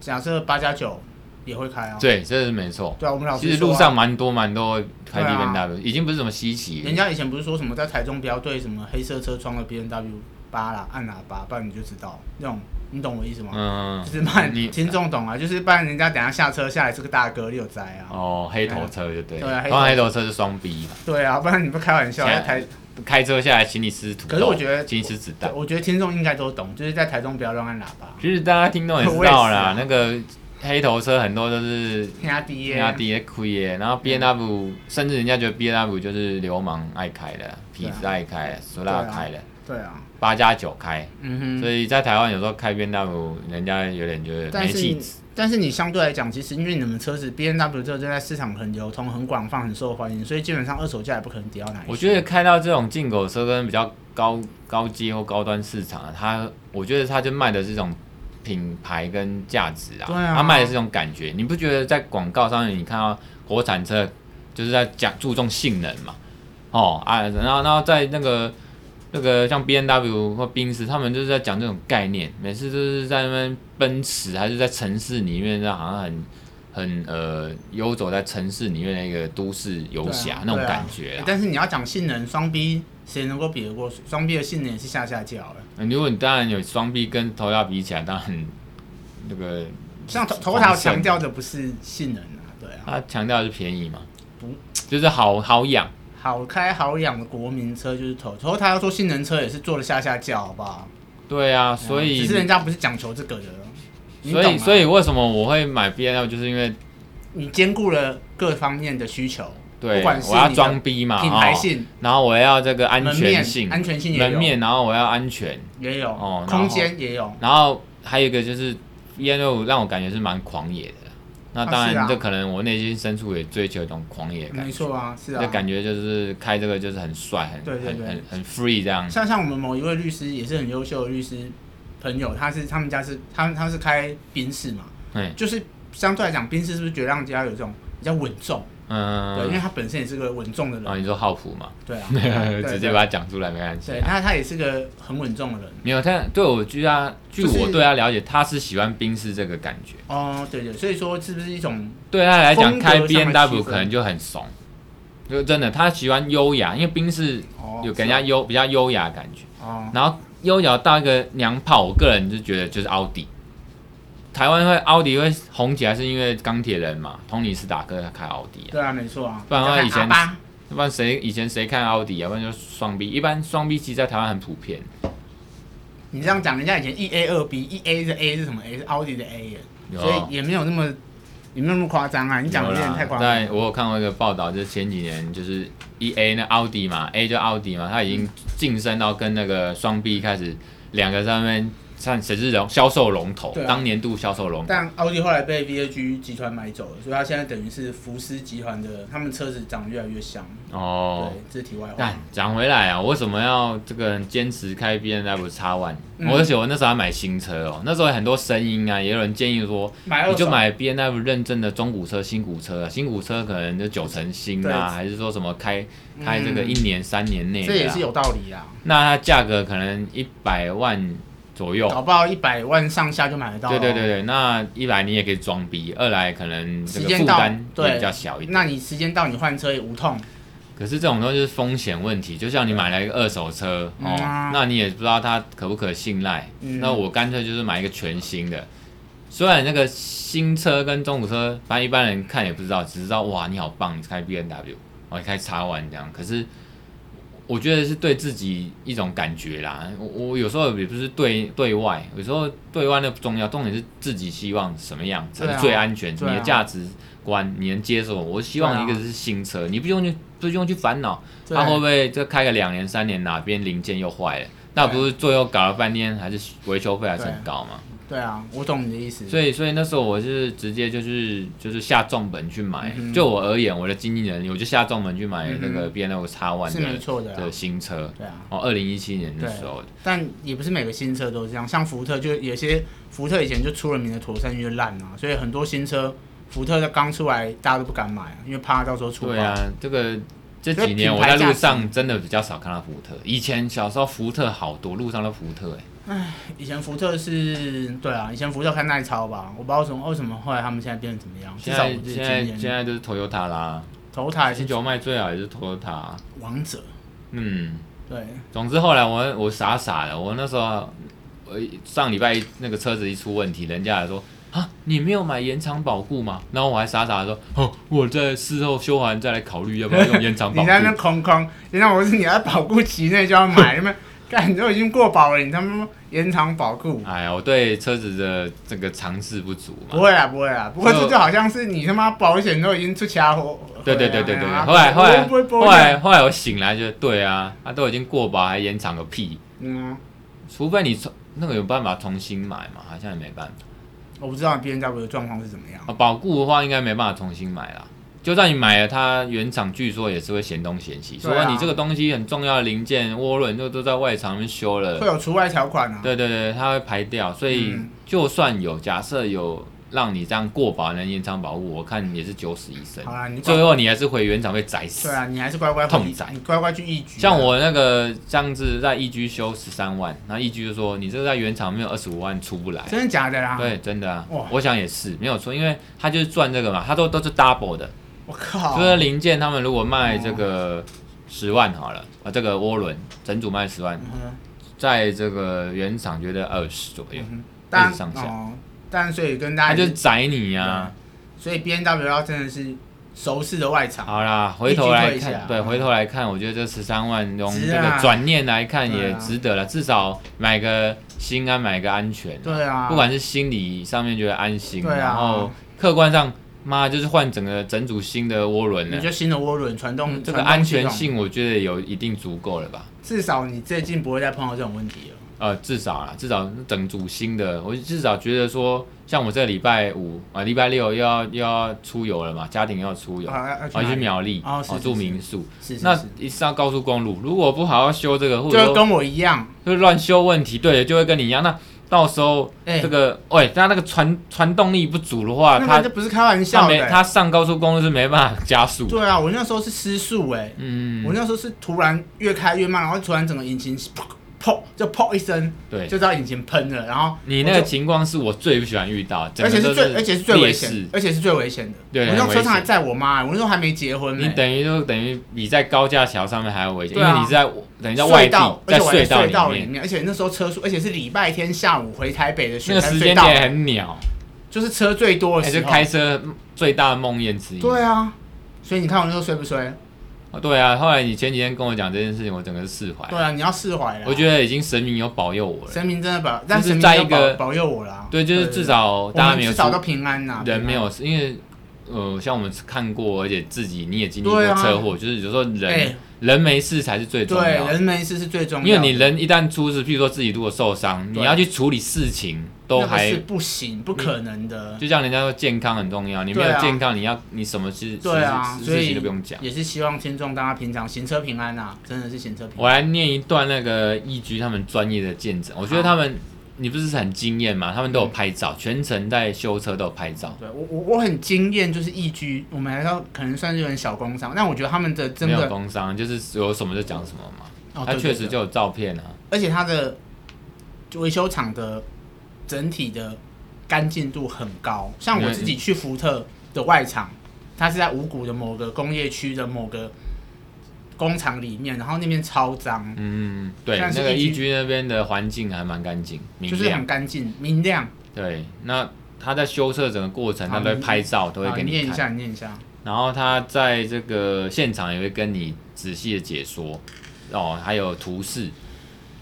A: 假设八加九也会开啊。
B: 对，这是没错。
A: 对啊，我们老师
B: 其实
A: 说啊
B: 路上蛮多蛮多会开 B
A: 对啊
B: N W，、已经不是什么稀奇
A: 人家以前不是说什么在台中不要对什么黑色车窗的 B N W 八啦按喇叭，不然你就知道那种你懂我意思吗？
B: 嗯，
A: 就是怕
B: 你
A: 听众懂啊，就是不然人家等下下车下来是个大哥六灾啊，
B: 哦，黑头车就对了，
A: 对啊黑头
B: 通常黑头车是双 B 嘛，
A: 对啊，不然你不开玩笑，
B: 现
A: 在
B: 在
A: 台，
B: 开车下来请你吃土豆，
A: 可是我觉得
B: 请你吃子
A: 对
B: 弹。
A: 我觉得听众应该都懂，就是在台中不要乱按喇叭，
B: 其实大家听众也知
A: 我也是
B: 道啦
A: 啊，
B: 那个黑头车很多都是
A: 压低耶，
B: 压低也亏耶，然后 B N W 甚至人家觉得 B N W 就是流氓爱开的，痞子爱开的，俗辣开的，
A: 对啊，
B: 八加九开，
A: 嗯
B: 所
A: 哼，
B: 以在台湾有时候开 B N W 人家有点觉得
A: 但
B: 没
A: 是
B: 气
A: 你
B: 质，
A: 但是你相对来讲，其实因为你们车子 B N W 这个就在市场很流通、很广泛、很受欢迎，所以基本上二手价也不可能跌到哪里去。
B: 我觉得开到这种进口车跟比较高高阶或高端市场啊，它我觉得它就卖的是这种品牌跟价值啊，
A: 对啊
B: 它卖的是这种感觉。你不觉得在广告上面你看到国产车就是在讲注重性能嘛？哦啊，然后然后在那个那个像 B N W 或宾士，他们就是在讲这种概念，每次就是在那边奔驰还是在城市里面，那好像很。很呃，游走在城市里面的一个都市游侠、
A: 对啊
B: 那种
A: 对啊
B: 感觉
A: 欸
B: 啊。
A: 但是你要讲性能，双 B 谁能够比得过？双 B 的性能也是下下叫了。
B: 嗯如果你当然有双臂跟头要比起来，当然那个
A: 像头头
B: 防
A: 条
B: 身
A: 强调的不是性能啊，对啊，
B: 他强调的是便宜嘛
A: 不，
B: 就是好好养。
A: 好开好养的国民车就是头头条要做性能车也是做的下下叫，好不好？
B: 对啊，所以
A: 只是人家不是讲求这个的，你
B: 所
A: 懂啊
B: 以
A: 吗
B: 所以为什么我会买 B N L，就是因为
A: 你兼顾了各方面的需求，不
B: 对
A: 管是
B: 我要
A: 你的
B: 装逼嘛，
A: 品牌
B: 哦
A: 性、
B: 然后我要这个安
A: 门
B: 全
A: 面
B: 性、
A: 安全性也
B: 门
A: 有，
B: 面，然后我要安全，
A: 也有，
B: 哦然后
A: 空间也有，
B: 然后还有一个就是 B N L 让我感觉是蛮狂野的。那当
A: 啊是啊
B: 然，这可能我内心深处也追求一种狂野感
A: 没，错啊，是
B: 那
A: 啊。
B: 感觉就是开这个就是很帅，很
A: 对对
B: 很
A: 对
B: 很很 free 这样。
A: 像像我们某一位律师也是很优秀的律师朋友，他是他们家是他他是开宾士嘛，
B: 嗯
A: 就是相对来讲，宾士是不是觉得让人家有这种比较稳重？对，因为
B: 嗯，
A: 他本身也是个稳重的
B: 哦，
A: 人，
B: 你说浩普嘛，，
A: 对啊
B: (laughs)
A: 对
B: 直接
A: 对
B: 把它讲出来没关系
A: 对，
B: 啊。
A: 他他也是个很稳重的人。
B: 没有，他对我据他据
A: 就是
B: 我对他了解，他是喜欢宾士这个感觉。
A: 哦，对对，所以说是不是一种
B: 对他来讲，
A: 风格
B: 开
A: 上的
B: B N
A: 区
B: W
A: 分
B: 可能就很怂，就真的他喜欢优雅，因为宾士
A: 哦，
B: 有给人家优比较优雅的感觉。
A: 哦，
B: 然后优雅到一个娘炮，我个人就觉得就是奥迪。台湾会奥迪会红起来，是因为钢铁人嘛，托尼斯塔克开奥迪啊，
A: 对啊，没错啊。
B: 不然的话以前
A: 阿巴
B: 要不然谁以前谁看奥迪啊？要不然就双 B，一般双 B 其实在台湾很普遍。
A: 你这样讲，人家以前一 A 二 B，一 A 是 A 是什么 A 是奥迪的 A 耶，
B: 有啊
A: 所以也没有那么也没有那么夸张啊。你讲的有点太夸张
B: 在
A: 了。
B: 我有看过一个报道，就是前几年就是 E A 那奥迪嘛，A 就奥迪嘛，它已经晋升到跟那个双 B 开始两个上面看谁是龙销售龙头，
A: 对啊
B: 当年度销售龙头。
A: 但奥迪后来被 VAG 集团买走了，所以它现在等于是福斯集团的，他们车子长得越来越像。
B: 哦
A: 对，，这是题外话
B: 但。讲回来啊，我为什么要这个坚持开 B N W 叉 One？
A: 嗯
B: 我而且我那时候还买新车哦，那时候有很多声音啊，也有人建议说，
A: 买二
B: 你就
A: 手
B: 买 B N W 认证的中古车、新古车啊，新古车可能就九成新啊，
A: 对
B: 还是说什么开开这个
A: 嗯
B: 一年、三年内的啊，
A: 这也是有道理啦，
B: 那它价格可能一百万左右。
A: 搞不好一百万上下就买得到。哦
B: 对对对。对，那一来你也可以装逼，二来可能这
A: 时
B: 个
A: 间
B: 负
A: 到
B: 担也
A: 对
B: 比较小一点。
A: 那你时间到，你换车也无痛。
B: 可是这种东西就是风险问题，就像你买了一个二手车
A: 嗯
B: 哦，
A: 啊
B: 那你也不知道它可不可信赖。
A: 嗯
B: 那我干脆就是买一个全新的，虽然那个新车跟中古车，反正一般人看也不知道，只知道哇你好棒，你开 B N W，哦你开叉 o 这样。可是我觉得是对自己一种感觉啦。我我有时候也不是对对外，有时候对外那不重要，重点是自己希望什么样才
A: 对
B: 是
A: 啊
B: 最安全，
A: 对啊
B: 你的价值观你能接受。我希望一个
A: 对啊
B: 是新车，你不用去不用去烦恼。
A: 对
B: 他会不会这开个两年三年，哪边零件又坏了？那不是最后搞了半天，还是维修费还是很高嘛？
A: 对啊，我懂你的意思。
B: 所以，所以那时候我是直接就是就是下重本去买。
A: 嗯哼
B: 就我而言，我的经纪人我就下重本去买
A: 嗯哼
B: 那个 B N O 叉 One
A: 是没
B: 的
A: 错的啦
B: 的。新车。
A: 对啊，
B: 哦，二零一七年的时候，
A: 但也不是每个新车都是这样，像福特就有些福特以前就出了名的妥善越烂啊，所以很多新车福特刚出来大家都不敢买啊，因为怕到时候出包。
B: 对啊，这个这
A: 所以
B: 几
A: 品
B: 年我
A: 牌
B: 在
A: 价
B: 路
A: 值
B: 上真的比较少看到福特。以前小时候福特好多，路上都福特、欸，
A: 以前福特是，对啊，以前福特开耐操吧，我不知道从为什么后来他们现在变成怎么样，至
B: 现
A: 少
B: 在
A: 我自己
B: 现
A: 的
B: 在
A: 经
B: 现
A: 验，
B: 在就是 Toyota 啦，
A: 头台
B: 新
A: 是
B: 九卖最好也是 Toyota。
A: 王者，
B: 嗯。
A: 对，
B: 总之后来我我傻傻的，我那时候呃上礼拜那个车子一出问题，人家还说啊你没有买延长保固吗？然后我还傻傻的说哦我在事后修完再来考虑要不要用延长保
A: (laughs) 你
B: 固。
A: 在那空空，人家我是你在保固期内就要买，你们干你都已经过保了，你他妈延长保固？
B: 哎呀，我对车子的这个尝试不足
A: 不
B: 嘛。
A: 会啦，啊不会啦。不过
B: 就
A: 这就好像是你他妈保险都已经出掐火。
B: 对对对对
A: 回
B: 对对，
A: 来了
B: 后来后来
A: 啊不会不
B: 后
A: 会，
B: 来后来我醒来就对啊，啊都已经过保还延长个屁，
A: 嗯，
B: 除非你重那个有办法重新买嘛，好像也没办法。
A: 我不知道 B N W 的状况是怎么样。
B: 啊，保固的话应该没办法重新买啦。就算你买了，它原厂据说也是会嫌东嫌西，
A: 对
B: 说
A: 啊
B: 你这个东西很重要的零件涡轮就都在外厂那边修
A: 会
B: 了，
A: 有除外条款啊。
B: 呃对对对，它会排掉。所以
A: 嗯
B: 就算有假设有让你这样过保能延长保护，我看也是九死一生
A: 好，啦，你乖
B: 最后你还是回原厂被宰死
A: 对。啊，你还是乖乖
B: 痛
A: 回
B: 宰
A: 你乖乖去一局啊。
B: 像我那个这样子在 E G 修十三万，那 E G 就说你这个在原厂没有二十五万出不来，
A: 真的假的啦？
B: 对，真的啊
A: 哇，
B: 我想也是没有错，因为他就是赚这个嘛，他都都是 double 的，
A: 我靠
B: 就！是零件，他们如果卖这
A: 哦
B: 个十万好了，啊，这个涡轮整组卖十万，
A: 嗯哼
B: 在这个原厂觉得二十左右
A: 嗯，哼但
B: 一直哎上下
A: 哦，但所以跟大
B: 他
A: 家
B: 就
A: 就是
B: 宰你啊。
A: 所以 B N W 要真的是熟识的外场，
B: 好啦，回头来
A: 一举退下
B: 看，对，回头来看，我觉得这十三万用
A: 值
B: 这
A: 啊
B: 个转念来看
A: 对
B: 也
A: 啊
B: 值得了，至少买个心安，买个安全，
A: 对啊，
B: 不管是心理上面觉得安心，
A: 对啊
B: 然后客观上，妈就是换整个整组新的涡轮
A: 你
B: 了。
A: 就新的涡轮传动
B: 嗯这
A: 传
B: 个
A: 动
B: 安全
A: 系统，
B: 性，我觉得有一定足够了吧。
A: 至少你最近不会再碰到这种问题了。
B: 呃，至少啦，至少整组新的，我至少觉得说，像我这礼拜五啊，礼拜六又要又要出游了嘛，家庭要出游，
A: 啊，要去
B: 我要
A: 哪
B: 去
A: 里
B: 苗栗，
A: 哦是是
B: 住
A: 是
B: 民宿，
A: 是是
B: 那
A: 是，
B: 一上高速公路，如果不好好修这个，或者
A: 就
B: 说
A: 跟我一样，
B: 就是乱修问题，对，就会跟你一样，那到时候
A: 哎
B: 这个，喂、它那个传传动力不足的话，
A: 那
B: 它
A: 个就不是开玩
B: 它
A: 笑的
B: 啊没
A: 欸。
B: 它上高速公路是没办法加速，
A: 对啊，我那时候是失速哎，我
B: 嗯，
A: 那时候是突然越开越慢，然后突然整个引擎砰砰就砰一声，
B: 对
A: 就。知道引擎喷了，然后
B: 你那个情况是我最不喜欢遇到，整
A: 而且
B: 个
A: 是
B: 都
A: 最而且是最危
B: 劣
A: 险
B: 势
A: 的，。而且是最危险的。
B: 对
A: 我那时候
B: 很
A: 车
B: 危
A: 上还
B: 险
A: 载我妈欸，我那时候还没结婚呢
B: 你。等于就等于比在高架桥上面还要危险，
A: 对啊
B: 因为你是在等于在外
A: 隧
B: 地
A: 道，，而
B: 在
A: 且我还在隧
B: 隧
A: 道
B: 道
A: 里
B: 面，
A: 面，而且那时候车速，而且是礼拜天下午回台北的
B: 那
A: 雪
B: 个
A: 山
B: 时
A: 隧
B: 间
A: 道，
B: 点很鸟，
A: 就是车最多的
B: 还
A: 时
B: 是
A: 候。
B: 开车最大的梦魇之一。
A: 对啊，所以你看我那时候衰不衰？
B: 哦对啊，后来你前几天跟我讲这件事情，我整个释怀
A: 对。啊，你要释怀了。
B: 我觉得已经神明有保佑我了，
A: 神明真的保，但
B: 就是
A: 神明
B: 在
A: 要
B: 一个
A: 保保佑我啦。
B: 对，就是至少
A: 我
B: 大家
A: 们
B: 没有
A: 至
B: 出
A: 少都平安呐，平
B: 人
A: 安
B: 没有，因为呃，像我们看过，而且自己你也经历过
A: 对啊
B: 车祸，就是有时候人
A: 哎
B: 人没事才是最重
A: 对
B: 要的。
A: 人没事是最重要的，
B: 因为你人一旦出事，譬如说自己如果受伤，
A: 对
B: 你要去处理事情，都
A: 那个
B: 还
A: 是不行，不可能的。
B: 就像人家说健康很重要，你没
A: 对
B: 有
A: 啊
B: 健康，你要你什么事
A: 对啊，
B: 事
A: 所
B: 事情
A: 以
B: 都不用讲。
A: 也是希望听众大家平常行车平安啊，真的是行车平安。
B: 我来念一段那个易居他们专业的见证，我觉得他们你不是很惊艳吗？他们都有拍照，全程在修车都有拍照，
A: 啊对我我我很惊艳，就是易居，我们还要可能算是有点小工商，但我觉得他们的真
B: 没有
A: 的，
B: 工伤，就是有什么就讲什么嘛。
A: 哦，
B: 他
A: 对
B: 确实，
A: 对对
B: 就有照片啊，
A: 而且他的维修厂的整体的干净度很高，像我自己去福特的外厂，它是在五股的某个工业区的某个工厂里面，然后那边超脏，
B: 嗯，对，
A: 但
B: 那
A: 是
B: 个
A: 易
B: 易
A: 居
B: 居那边的环境还蛮干净，明
A: 就是
B: 亮
A: 很。干净明亮。
B: 对，那他在修车整个过程，
A: 好
B: 他都会
A: 你
B: 拍照，都会
A: 啊
B: 给
A: 念
B: 你
A: 一
B: 看。
A: 下，你念一下。
B: 然后他在这个现场也会跟你仔细的解说哦，还有图示。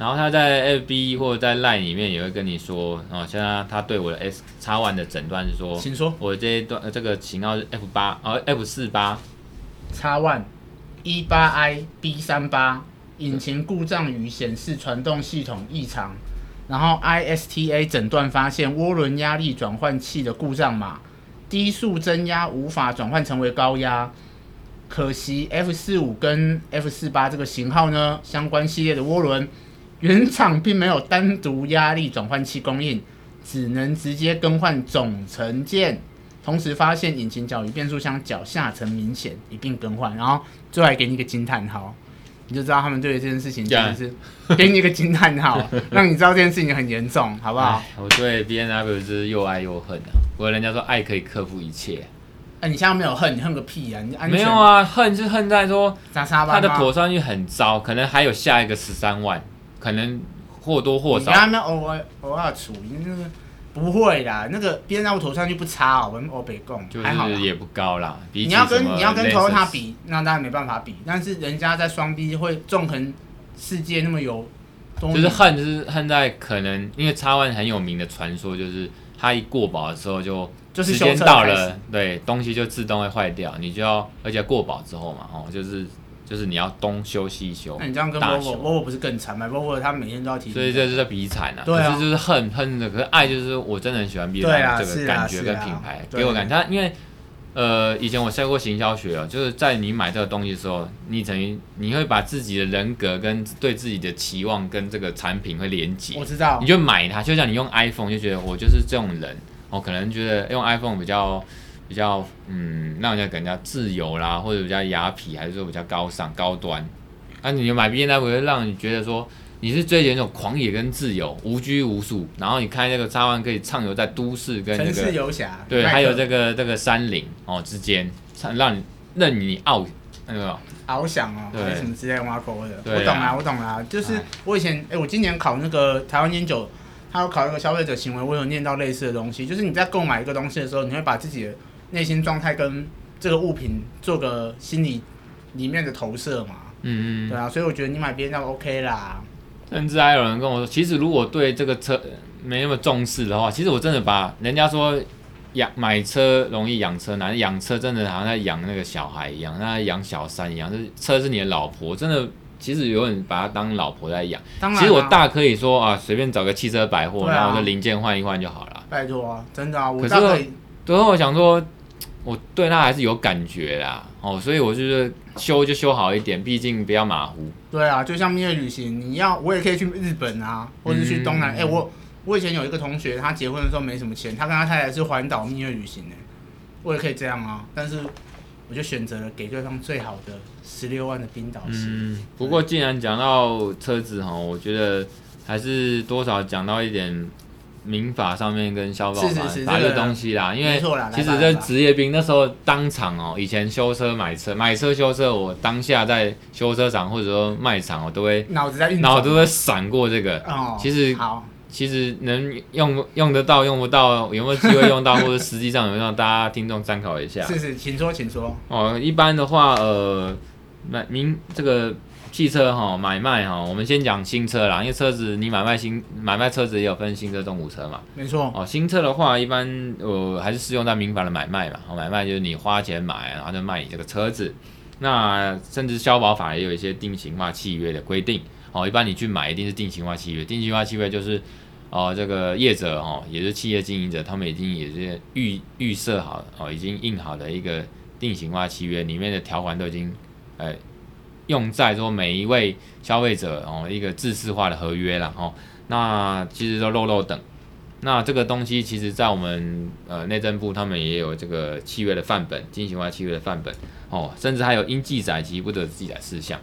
B: 然后他在 FB 或者在 Line 里面也会跟你说哦，现在他对我的 S 叉 One 的诊断是说，
A: 请说。
B: 我这一段呃这个型号是 F 八哦 F 四八，
A: 叉 One 一八 I B 三八引擎故障与显示传动系统异常，然后 ISTA 诊断发现涡轮压力转换器的故障码，低速增压无法转换成为高压。可惜 F 四五跟 F 四八这个型号呢，相关系列的涡轮原厂并没有单独压力转换器供应，只能直接更换总成件。同时发现引擎角与变速箱脚下层明显一并更换，然后最后还给你一个惊叹号，你就知道他们对于这件事情真的是 (laughs) 给你一个惊叹号，让你知道这件事情很严重，好不好
B: 哎？我对 B N W 是又爱又恨啊。不过人家说爱可以克服一切，
A: 哎、你现在没有恨，你恨个屁啊！你安全
B: 没有啊，恨是恨在说
A: 砸沙
B: 他
A: 巴
B: 的
A: 吗？
B: 妥善率很糟，可能还有下一个十三万，可能或多或
A: 你
B: 少
A: 跟，他们偶尔偶尔处，那个不会啦，那个边在我头上去不差哦，我们欧北共
B: 就
A: 还好啦
B: 是。也不高啦。比
A: 你
B: 起
A: 要跟
B: 什么
A: 你要跟
B: Lexus
A: Toyota 比，那当然没办法比，但是人家在双 B 会纵横世界那么有多
B: 就是
A: 年，
B: 恨，就是恨在可能因为叉 One 很有名的传说，就是它一过保的时候就
A: 就是
B: 时
A: 修
B: 间
A: 车
B: 到
A: 开
B: 了，对，东西就自动会坏掉，你就要而且过保之后嘛，哦，就是就是你要东修西修
A: 那，你这样跟
B: 大
A: Volvo
B: 修
A: Volvo 不是更惨吗？Volvo 他每天都要提，
B: 所以这就是比惨啊。
A: 对啊
B: 可是就是恨恨的，可是爱就是我真的很喜欢 B
A: 对啊
B: 站这个
A: 是啊
B: 感觉跟
A: 是啊
B: 品牌，
A: 对
B: 给我感觉它因为。呃，以前我上过行销学哦，就是在你买这个东西的时候，你等于你会把自己的人格跟对自己的期望跟这个产品会连接。
A: 我知道
B: 你，就买它，就像你用 iPhone 就觉得我就是这种人，我、可能觉得用 iPhone 比较比较嗯，让人家感觉比较自由啦，或者比较雅痞，还是说比较高尚高端。那、你买 B N W 会让你觉得说你是追求那种狂野跟自由，无拘无束，然后你开那个叉 o 可以畅游在都市跟
A: 城
B: 这
A: 市
B: 个
A: 游侠，
B: 对，
A: 麦克
B: 还有这个这个山林哦之间，让让你任你傲那个
A: 翱翔哦，
B: 对
A: 还是什么之类挖沟的，
B: 对啊
A: 我懂啦，我懂啦。就是
B: 哎
A: 我以前，哎、我今年考那个台湾烟酒，他有考那个消费者行为，我有念到类似的东西，就是你在购买一个东西的时候，你会把自己的内心状态跟这个物品做个心理里面的投射嘛。
B: 嗯嗯嗯
A: 对啊，所以我觉得你买 B N W OK 啦，
B: 甚至还有人跟我说，其实如果对这个车没那么重视的话，其实我真的把人家说养买车容易养车难，养车真的好像在养那个小孩一样，像在养小三一样，就是车是你的老婆，真的。其实有人把它当老婆在养，
A: 当然啊、
B: 其实我大可以说啊，随便找个汽车百货，
A: 对啊
B: 然后我的零件换一换就好了。
A: 拜托啊，真的啊，我
B: 可是
A: 大可以
B: 最后我想说，我对它还是有感觉啦，哦，所以我就是修就修好一点，毕竟不要马虎。
A: 对啊，就像蜜月旅行，你要我也可以去日本啊，或者去东南。
B: 嗯
A: 哎、我我以前有一个同学，他结婚的时候没什么钱，他跟他太太是环岛蜜月旅行呢、我也可以这样啊，但是我就选择了给对方最好的十六万的冰岛行。
B: 嗯，不过既然讲到车子哈，我觉得还是多少讲到一点民法上面跟消保
A: 是
B: 法
A: 是是
B: 法律
A: 这个
B: 东西啦，因为
A: 没错啦来吧
B: 其实这职业兵那时候当场哦，以前修车买车买车修车，我当下在修车厂或者说卖场，我都会
A: 脑子在运转，
B: 脑都会闪过这个。
A: 哦，
B: 其实
A: 好，
B: 其实能用用得到用不到，有没有机会用到，或者实际上有没有让大家听众参考一下。
A: 是是，请说，请说。
B: 哦，一般的话，呃，买明这个汽车哈、买卖哈、我们先讲新车啦，因为车子你买卖新买卖车子也有分新车、中古车嘛。
A: 没错，
B: 哦，新车的话，一般呃还是适用在民法的买卖嘛。哦，买卖就是你花钱买，然后就卖你这个车子。那甚至消保法也有一些定型化契约的规定。哦，一般你去买一定是定型化契约，定型化契约就是。哦，这个业者哦，也是企业经营者，他们已经也是预预设好哦，已经印好的一个定型化契约里面的条款都已经，呃，用在说每一位消费者哦一个自式化的合约了哦。那其实都漏漏等。那这个东西其实，在我们呃内政部他们也有这个契约的范本，进行化契约的范本哦，甚至还有应记载及不得记载事项。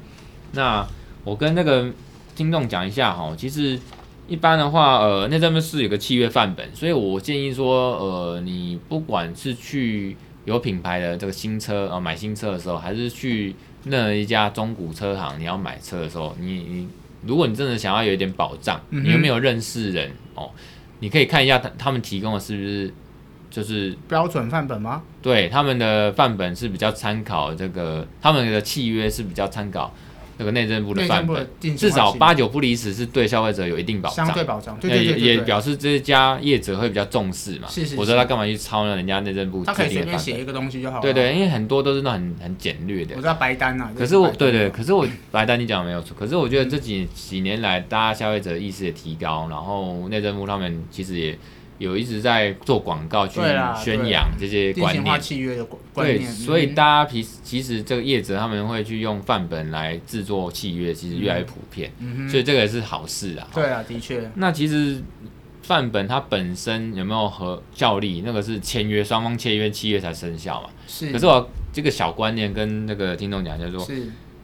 B: 那我跟那个听众讲一下哈、哦，其实一般的话，呃，内政部是有个契约范本，所以我建议说，呃，你不管是去有品牌的这个新车啊、呃买新车的时候，还是去任何一家中古车行你要买车的时候，你你如果你真的想要有一点保障，
A: 嗯哼
B: 你有没有认识人哦？你可以看一下他他们提供的是不是就是
A: 标准范本吗？
B: 对他们的范本是比较参考这个他们的契约是比较参考这个内政部的
A: 内
B: 范
A: 政部的
B: 本，
A: 定
B: 至
A: 型化
B: 少
A: 契约
B: 八九不离十是对消费者有一定保障呃
A: 相。对保障，对
B: 也
A: 对对
B: 也
A: 对对，
B: 表示这家业者会比较重视嘛，
A: 是是是
B: 否则他干嘛去抄呢？人家内政部
A: 他可
B: 制
A: 以随
B: 定的
A: 便
B: 范本？
A: 写一个东西就好了。
B: 对，对，因为很多都是那种很很简略的
A: 我。知道白单啊。
B: 可是我
A: 白单
B: 对对，
A: 啊
B: 可是我白丹你讲的没有错，可是我觉得这几几年来，大家消费者意识也提高，然后内政部他们其实也有一直在做广告去
A: 对啦
B: 宣
A: 对
B: 扬这些
A: 定
B: 观
A: 型化
B: 念。
A: 契约的观观
B: 对，
A: 念，
B: 所以
A: 嗯
B: 大家其实其实这个业者他们会去用范本来制作契约，其实越来越普遍，
A: 嗯
B: 所
A: 哼，
B: 以这个也是好事啊。
A: 对啊，的确，
B: 那其实范本它本身有没有和效力，那个是签约双方签约契约才生效嘛。
A: 是
B: 可是我这个小观念跟那个听众讲，就是说，
A: 是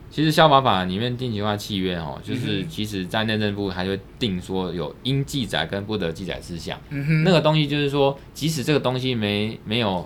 B: 其实消保法里面定型化契约哦，就是
A: 嗯哼
B: 其实在内政部还会定说有应记载跟不得记载事项。
A: 嗯哼，
B: 那个东西就是说，即使这个东西没没有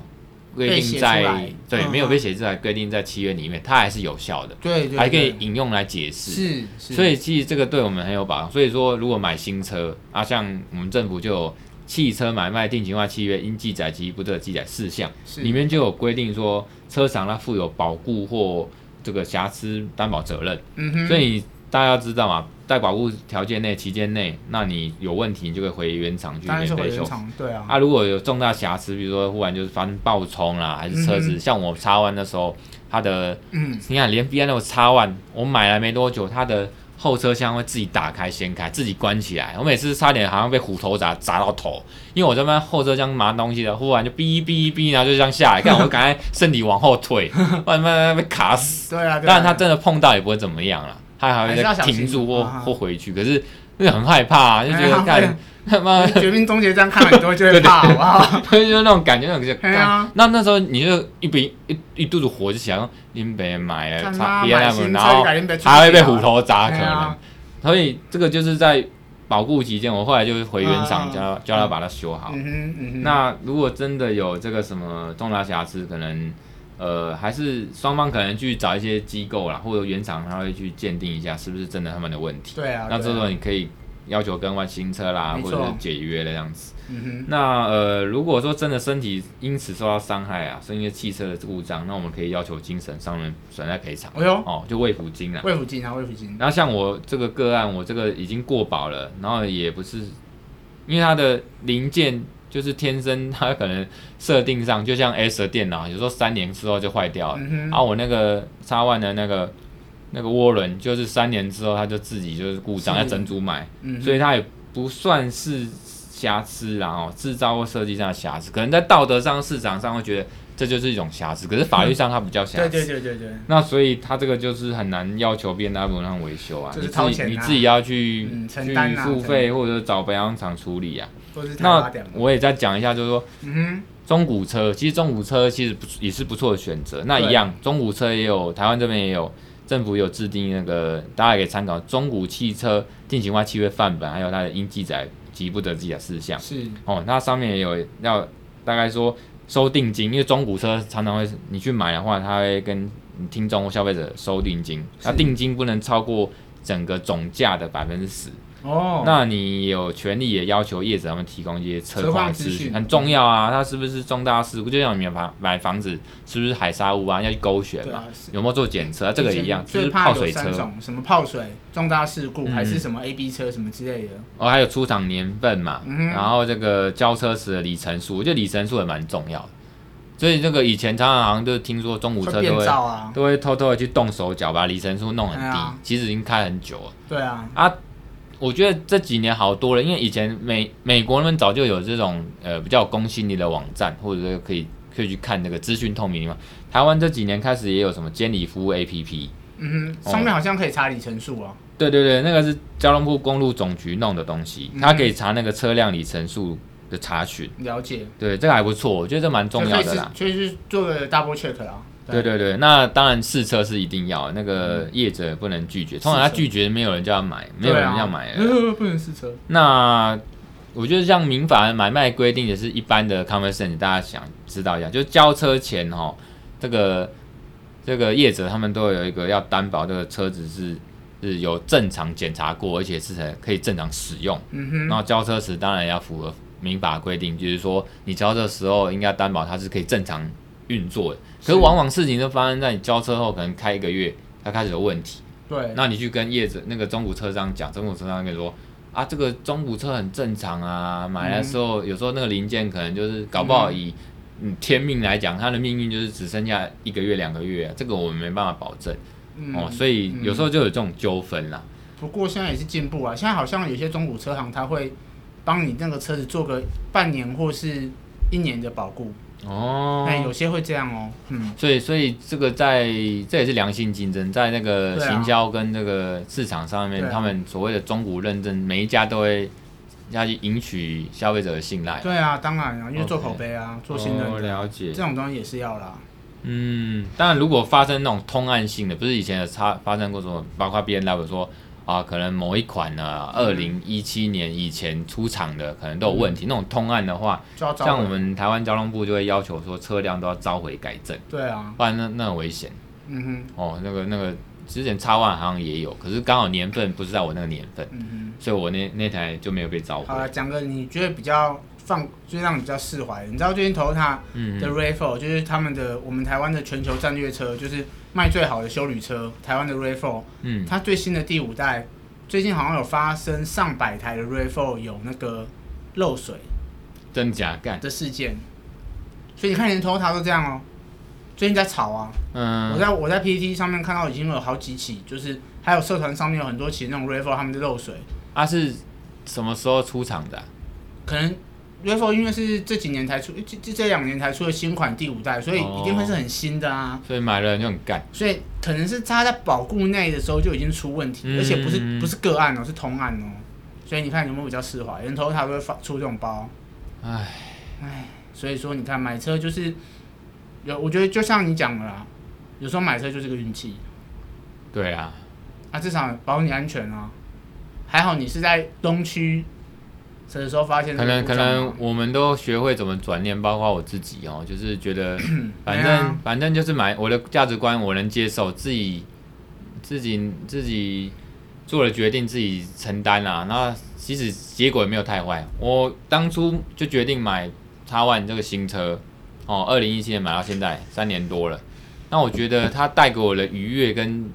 B: 规
A: 被写
B: 定
A: 出
B: 在
A: 来
B: 对
A: 嗯
B: 没有被写出来规定在契约里面，它还是有效的，
A: 对对对，
B: 还可以引用来解释。
A: 是是，
B: 所以其实这个对我们很有保障。所以说，如果买新车啊，像我们政府就有汽车买卖定型化契约应记载及不得记载事项，
A: 是
B: 里面就有规定说车厂它负有保固或这个瑕疵担保责任。
A: 嗯哼，
B: 所以你大家要知道嘛，在保护条件内、期间内，那你有问题，你就可以回原厂去
A: 当然是
B: 免
A: 回
B: 费
A: 原
B: 修。
A: 厂，对啊，
B: 啊，如果有重大瑕疵，比如说忽然就是发生爆冲啦，还是车子、像我插弯的时候，它的
A: 嗯，
B: 你看连 B N 都插弯，我买来没多久，它的后车厢会自己打开、掀开、自己关起来。我每次差点好像被虎头砸砸到头，因为我在那边后车厢拿东西的，忽然就哔哔哔，然后就这样下来，看我
A: (laughs)
B: 赶快身体往后退，不然慢慢被卡死。
A: 对啊，对啊
B: 当然，他真的碰到也不会怎么样啦，他还
A: 还是要
B: 会
A: 小
B: 再
A: 心
B: 停住或
A: 啊哈
B: 或回去。可是那个很害怕、啊，就觉得
A: 哎呀
B: 看他
A: (laughs)
B: 妈，
A: 绝命终结站看很多就会怕，好不好？
B: (laughs)
A: (laughs)
B: 就是那种感觉，那种就
A: 哎呀
B: 那那时候你就一鼻一一肚子火，就想林北买了，
A: 干
B: 哎差
A: 妈
B: 别
A: 买
B: 那么，
A: 新
B: 然
A: 车，
B: 后
A: 改天别出
B: 还会被
A: 去啊
B: 虎头砸可
A: 哎
B: 能
A: 呀。
B: 所以这个就是在保固期间，我后来就是回原
A: 嗯
B: 厂叫他叫他把它修好。
A: 嗯哼嗯哼，
B: 那如果真的有这个什么重大瑕疵，可能呃还是双方可能去找一些机构啦，或者原厂他会去鉴定一下是不是真的他们的问题。
A: 对啊，
B: 那这
A: 对
B: 时
A: 啊
B: 候你可以要求更换新车啦，
A: 没
B: 或
A: 错
B: 者是解约的这样子。
A: 嗯
B: 那呃如果说真的身体因此受到伤害啊，是因为汽车的故障，那我们可以要求精神上面损害赔偿
A: 哼，哎呦，
B: 哦，就慰抚金啦。
A: 魏福金啊，魏福金，
B: 然后像我这个个案，我这个已经过保了，然后也不是，因为它的零件就是天生， (laughs) 它可能设定上就像 S 的电脑，有时候三年之后就坏掉了。
A: 嗯
B: 啊，我那个叉 One 的那个那个涡轮，就是三年之后它就自己就是故障，
A: 是
B: 要整组买，
A: 嗯哼，
B: 所以它也不算是瑕疵啦哦，制造或设计上的瑕疵，可能在道德上、市场上会觉得这就是一种瑕疵，可是法律上它不叫瑕疵。
A: 对对对对对，
B: 那所以他这个就是很难要求 B N W 让维修啊，
A: 就
B: 你
A: 是
B: 自
A: 掏
B: 己
A: 钱啊
B: 你自己要去、
A: 嗯承
B: 去
A: 担啊
B: 付费或者找保养厂处理啊。
A: 都是台
B: 那
A: 八点嘛，
B: 我也再讲一下，就是说
A: 嗯
B: 中古车，其实中古车其实不也是不错的选择。那一样，中古车也有台湾这边也有政府有制定那个，大家也可以参考中古汽车定型化契约范本，还有它的应记载及不得记载事项
A: 哼，。是
B: 哦，那上面也有要大概说收定金，因为中古车常常会你去买的话，它会跟你听众或消费者收定金，
A: 是
B: 那定金不能超过整个总价的百分之十。
A: 哦，
B: 那你有权利也要求业者他们提供一些车
A: 车况
B: 况
A: 资
B: 资
A: 讯
B: 讯，很重要啊。它是不是重大事故？就像你们房买房子是不是海沙屋啊，要去勾选
A: 对
B: 嘛，
A: 啊，是
B: 有没有做检测、啊？这个也一样，就
A: 最
B: 是
A: 怕
B: 泡
A: 有
B: 水车
A: 三种，什么泡水、重大事故，
B: 嗯
A: 还是什么 A B 车什么之类的，
B: 哦，还有出厂年份嘛，
A: 嗯哼
B: 然后这个交车时的里程数，我觉得里程数也蛮重要的。所以这个以前常常好像就听说中古车
A: 会
B: 都
A: 变
B: 会
A: 造啊，
B: 都会偷偷的去动手脚把里程数弄很
A: 哎
B: 低
A: 呀，
B: 其实已经开很久了
A: 对啊，
B: 啊。我觉得这几年好多了，因为以前美美国那边早就有这种呃比较有公信力的网站，或者说可以可以去看那个资讯透明嘛。台湾这几年开始也有什么监理服务 APP，
A: 嗯哼，
B: 哦
A: 上面好像可以查里程数啊，
B: 对对对，那个是交通部公路总局弄的东西，
A: 嗯
B: 它可以查那个车辆里程数的查询。
A: 了解，
B: 对，这个还不错，我觉得这蛮重要的啦。
A: 所以是，所以是做个 double check 啦，
B: 对对对，那当然试车是一定要，那个业者也不能拒绝。通常他拒绝，没有人叫他买，没有
A: 嗯对
B: 人
A: 啊
B: 要买了。
A: 呃不能试车，
B: 那我觉得像民法的买卖规定也是一般的 common sense，大家想知道一下，就是交车前哈，这个这个业者他们都有一个要担保这个车子是是有正常检查过，而且是可以正常使用。
A: 嗯哼，
B: 然后交车时当然要符合民法规定，就是说你交车时候应该担保它是可以正常运作的。可
A: 是
B: 是往往事情都发生在你交车后，可能开一个月，它开始有问题。
A: 对，
B: 那你去跟业者那个中古车商讲，中古车商跟你说啊，这个中古车很正常啊，买的时候、
A: 嗯
B: 有时候那个零件可能就是搞不好以嗯天命来讲，它的命运就是只剩下一个月两个月、啊，这个我们没办法保证、
A: 嗯
B: 哦，所以有时候就有这种纠纷啦。
A: 不过现在也是进步啊，现在好像有些中古车行它会帮你那个车子做个半年或是一年的保固，
B: 哦，
A: 哎、有些会这样哦，嗯，
B: 所以，所以这个在这也是良性竞争，在那个
A: 对啊
B: 行销跟这个市场上面，
A: 对啊
B: 他们所谓的中古认证，每一家都会要去赢取消费者的信赖。
A: 对啊，当然啊，因为做
B: 哎 OK
A: 口碑啊，做信任、
B: 哦，了解
A: 这。种东西也是要啦，
B: 嗯，当然如果发生那种通案性的，不是以前有差发生过什么，包括 B N W 说啊，可能某一款呢，
A: 嗯
B: 二零一七年以前出厂的可能都有问题，那种通案的话，
A: 就要嗯召回
B: 像我们台湾交通部就会要求说车辆都要召回改正，
A: 对啊，
B: 不然那那很危险
A: 嗯
B: 哦。那个那个之前叉万好像也有，可是刚好年份不是在我那个年份
A: 哼，，嗯啊
B: 所以我那那台就没有被召
A: 哼，
B: 回
A: 好。了，讲个你觉得比较放，就是让你比较释怀的。你知道最近 Toyota
B: 嗯
A: 的 RAV4 就是他们的我们台湾的全球战略车，就是卖最好的休旅车，台湾的 RAV4，
B: 嗯，
A: 它最新的第五代，最近好像有发生上百台的 RAV4 有那个漏水
B: 真假干，
A: 的事件，所以你看连 Toyota 都这样哦，最近在吵啊。我
B: 嗯，
A: 在我在 PPT 上面看到已经有好几起，就是还有社团上面有很多起那种 RAV4 他们的漏水，
B: 它啊是什么时候出厂的啊？
A: 可能 RAV4 因为是这几年才出，这这这两年才出的新款第五代，所以
B: 哦
A: 一定会是很新的啊。
B: 所以买了人就很干，
A: 所以可能是他在保固内的时候就已经出问题，
B: 嗯
A: 而且不是不是个案哦，是同案哦。所以你看有没有比较释怀？人头他会发出这种包，
B: 唉，
A: 所以说你看买车就是有，我觉得就像你讲的啦，有时候买车就是个运气
B: 对啊，
A: 啊，至少保你安全啊。还好你是在东区的时候发现这
B: 可
A: 个
B: 能
A: 故
B: 可
A: 障嘛，
B: 能我们都学会怎么转念，包括我自己哦，就是
A: (clears throat)
B: 觉得反
A: 对
B: 正、
A: 啊
B: 反正就是买我的价值观我能接受，自己自己自己做了决定自己承担啦、那其实结果也没有太坏，我当初就决定买叉 One 这个新车哦，二零一七年买到现在三年多了，那我觉得它带给我的愉悦跟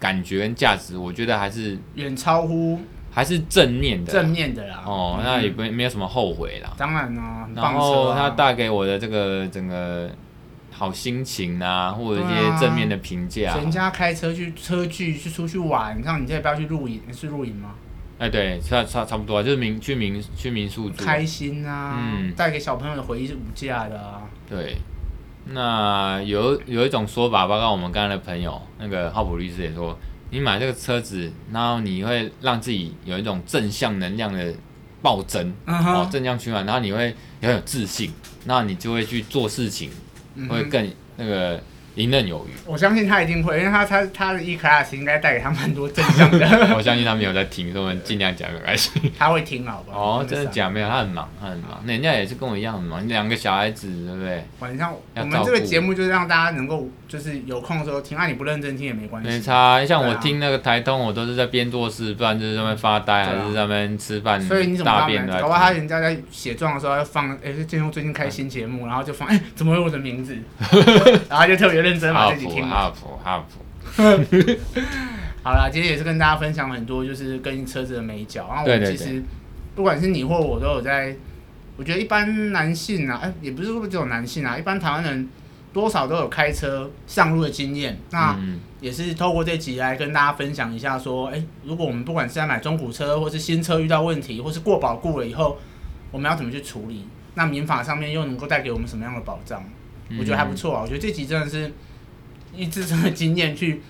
B: 感觉跟价值，我觉得还是
A: 远超乎
B: 还是正面的啦
A: 正面啊的啦。
B: 哦，那也不没有什么后悔啦。
A: 当然啊，很
B: 然
A: 棒车
B: 后
A: 啊
B: 它带给我的这个整个好心情啊，或者一
A: 对啊
B: 些正面的评价、
A: 人家开车去车距去出去玩，像你这不要去露营，是露营吗？
B: 哎，对，差差差不多啊，就是民去民去民宿住。
A: 开心啊，
B: 嗯
A: 带给小朋友的回忆是无价的啊。
B: 对，那有有一种说法，包括我们刚才的朋友那个浩普律师也说，你买这个车子，然后你会让自己有一种正向能量的暴增，
A: 嗯哼
B: 哦，正向循环，然后你会很有自信，那你就会去做事情，
A: 嗯
B: 会
A: 哼，
B: 更那个游刃有余。
A: 我相信他一定会，因为他他他的 E class 应该带给他蛮多正向
B: (laughs)
A: 的，
B: 我相信他没有在听，所以我们尽量讲没关系。
A: 他会听好不好？ (laughs)
B: 哦，真的？假没有？他很忙，他很忙。那人家也是跟我一样很忙，两个小孩子，对不对？
A: 晚上
B: 要
A: 我们这个
B: 照顾
A: 节目就是让大家能够就是有空的时候听，啊，你不认真听也没关
B: 没
A: 系。
B: 差，像我
A: 对啊
B: 听那个台通，我都是在边做事，不然就是在那边发呆，
A: 对啊
B: 还是在那边吃饭
A: 所以你、怎么
B: 嗯大
A: 办
B: 便
A: 呢？
B: 的。
A: 搞不好他人家在写状的时候要放，哎、建中最近开新节目，然后就放，哎、怎么有我的名
B: (laughs)
A: 字？然后就特别认真把
B: 哈
A: 自己
B: 普
A: 听完。
B: 哈普哈普，
A: 好啦，今天也是跟大家分享很多，就是跟车子的美角。然后我
B: 对
A: 们
B: 对
A: 其实不管是你或我都有在，我觉得一般男性啊，哎、也不是说只有男性啊，一般台湾人多少都有开车上路的经验。那
B: 嗯，
A: 也是透过这集来跟大家分享一下，说，哎、如果我们不管是在买中古车，或是新车遇到问题，或是过保固了以后，我们要怎么去处理？那民法上面又能够带给我们什么样的保障？
B: 嗯
A: 我觉得还不。错啊。我觉得这集真的是以自身的经验去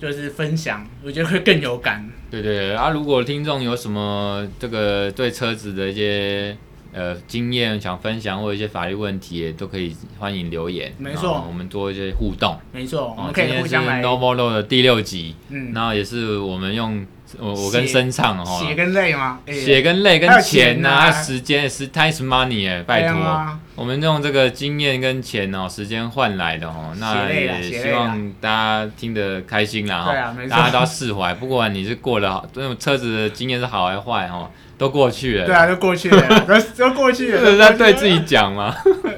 A: 就是分享，我觉得会更有感。
B: 对对对啊！如果听众有什么这个对车子的一些呃经验想分享，或者一些法律问题，也都可以欢迎留言。
A: 没错
B: 然后我们多一些互动。
A: 没错，我
B: 哦
A: 们，可
B: 今
A: 以
B: 天
A: 互
B: 是
A: 相来
B: No More Road 的第六集。
A: 嗯，
B: 然后也是我们用我我
A: 血
B: 跟生唱哦，
A: 血跟泪嘛，哎
B: 血跟泪跟
A: 还有
B: 钱呐、
A: 钱啊
B: 还有时间是 time is money 哎，拜
A: 对
B: 托，
A: 啊
B: 我们用这个经验跟钱哦，时间换来的哦，
A: 血
B: 那
A: 泪啦
B: 也
A: 血
B: 希
A: 泪啦
B: 望大家听得开心啦哈、
A: 对啊没错
B: 大家都要释怀，不管你是过了好这种车子的经验是好还是坏哦，都过去了，
A: 对啊，就过去了，都都过去
B: 这
A: 了，
B: 是在 (laughs) 对自己讲嘛，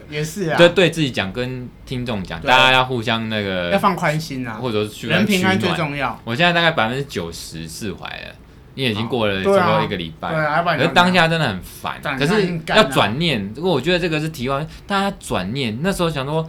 A: 也是啊
B: 对，对自己讲跟听众讲，
A: 对啊
B: 大家要互相那
A: 要
B: 个，
A: 放宽心啊，
B: 或者是去
A: 人平安
B: 取
A: 最
B: 暖
A: 重要。
B: 我现在大概百分之九十释怀了，因为已经过了差不
A: 对啊
B: 多一个礼
A: 对
B: 拜。
A: 啊，要不然
B: 可
A: 你
B: 是
A: 要
B: 当下真的很烦，
A: 干
B: 可
A: 那
B: 是
A: 很干啊
B: 要转念。如果我觉得这个是题外，大家转念。那时候想说，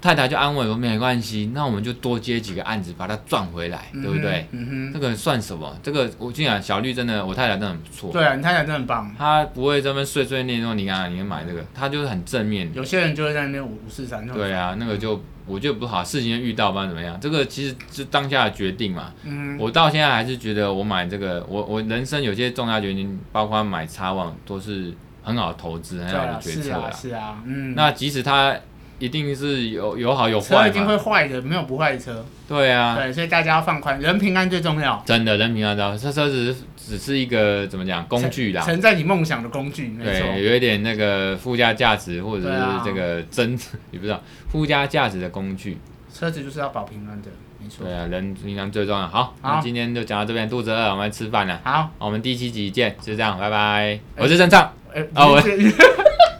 B: 太太就安慰我，没关系，那我们就多接几个案子，把它赚回来，
A: 嗯哼
B: 对不对？
A: 嗯
B: 这个算什么？这个我跟你讲，小绿真的，我太太真的很不
A: 哼，
B: 错，
A: 对啊，你太太真的很棒。
B: 她不会这么碎碎念说你看你买这个，她就是很正面。
A: 有些人就会在那边五五四三，
B: 对啊，那个就我觉得不好，事情就遇到，不然怎么样？这个其实是当下的决定嘛。
A: 嗯，
B: 我到现在还是觉得我买这个，我我人生有些重大决定，包括买叉网都是很好的投资，很
A: 对
B: 好的
A: 啊，
B: 决
A: 是
B: 策
A: 啊，
B: 啦。
A: 是啊，嗯，
B: 那即使它一定是有有好有
A: 车
B: 坏
A: 一定会
B: 嘛。
A: 坏的，没有不坏的车。
B: 对啊，
A: 对，所以大家要放宽，人平安最重要。
B: 真的人民要知道，这车只是只是一个怎么讲工具啦。
A: 承载你梦想的工具，没
B: 对，
A: 错。
B: 有一点那个附加价值，或者
A: 对啊
B: 是这个增， (laughs) 也不知道附加价值的工具。
A: 车子就是要保平安的，没错
B: 对。啊，人平常最重要。好，
A: 好
B: 那今天就讲到这边，肚子饿，我们吃饭了。
A: 好，
B: 我们第七集见，就这样，拜拜。我是郑畅，
A: 哎、
B: 哦我
A: 你是 (laughs)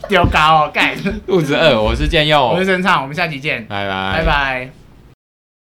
A: 丢高哦，干！
B: 肚子饿，我是建佑
A: 我，是郑畅，我们下期见，
B: 哦拜拜，
A: 拜拜。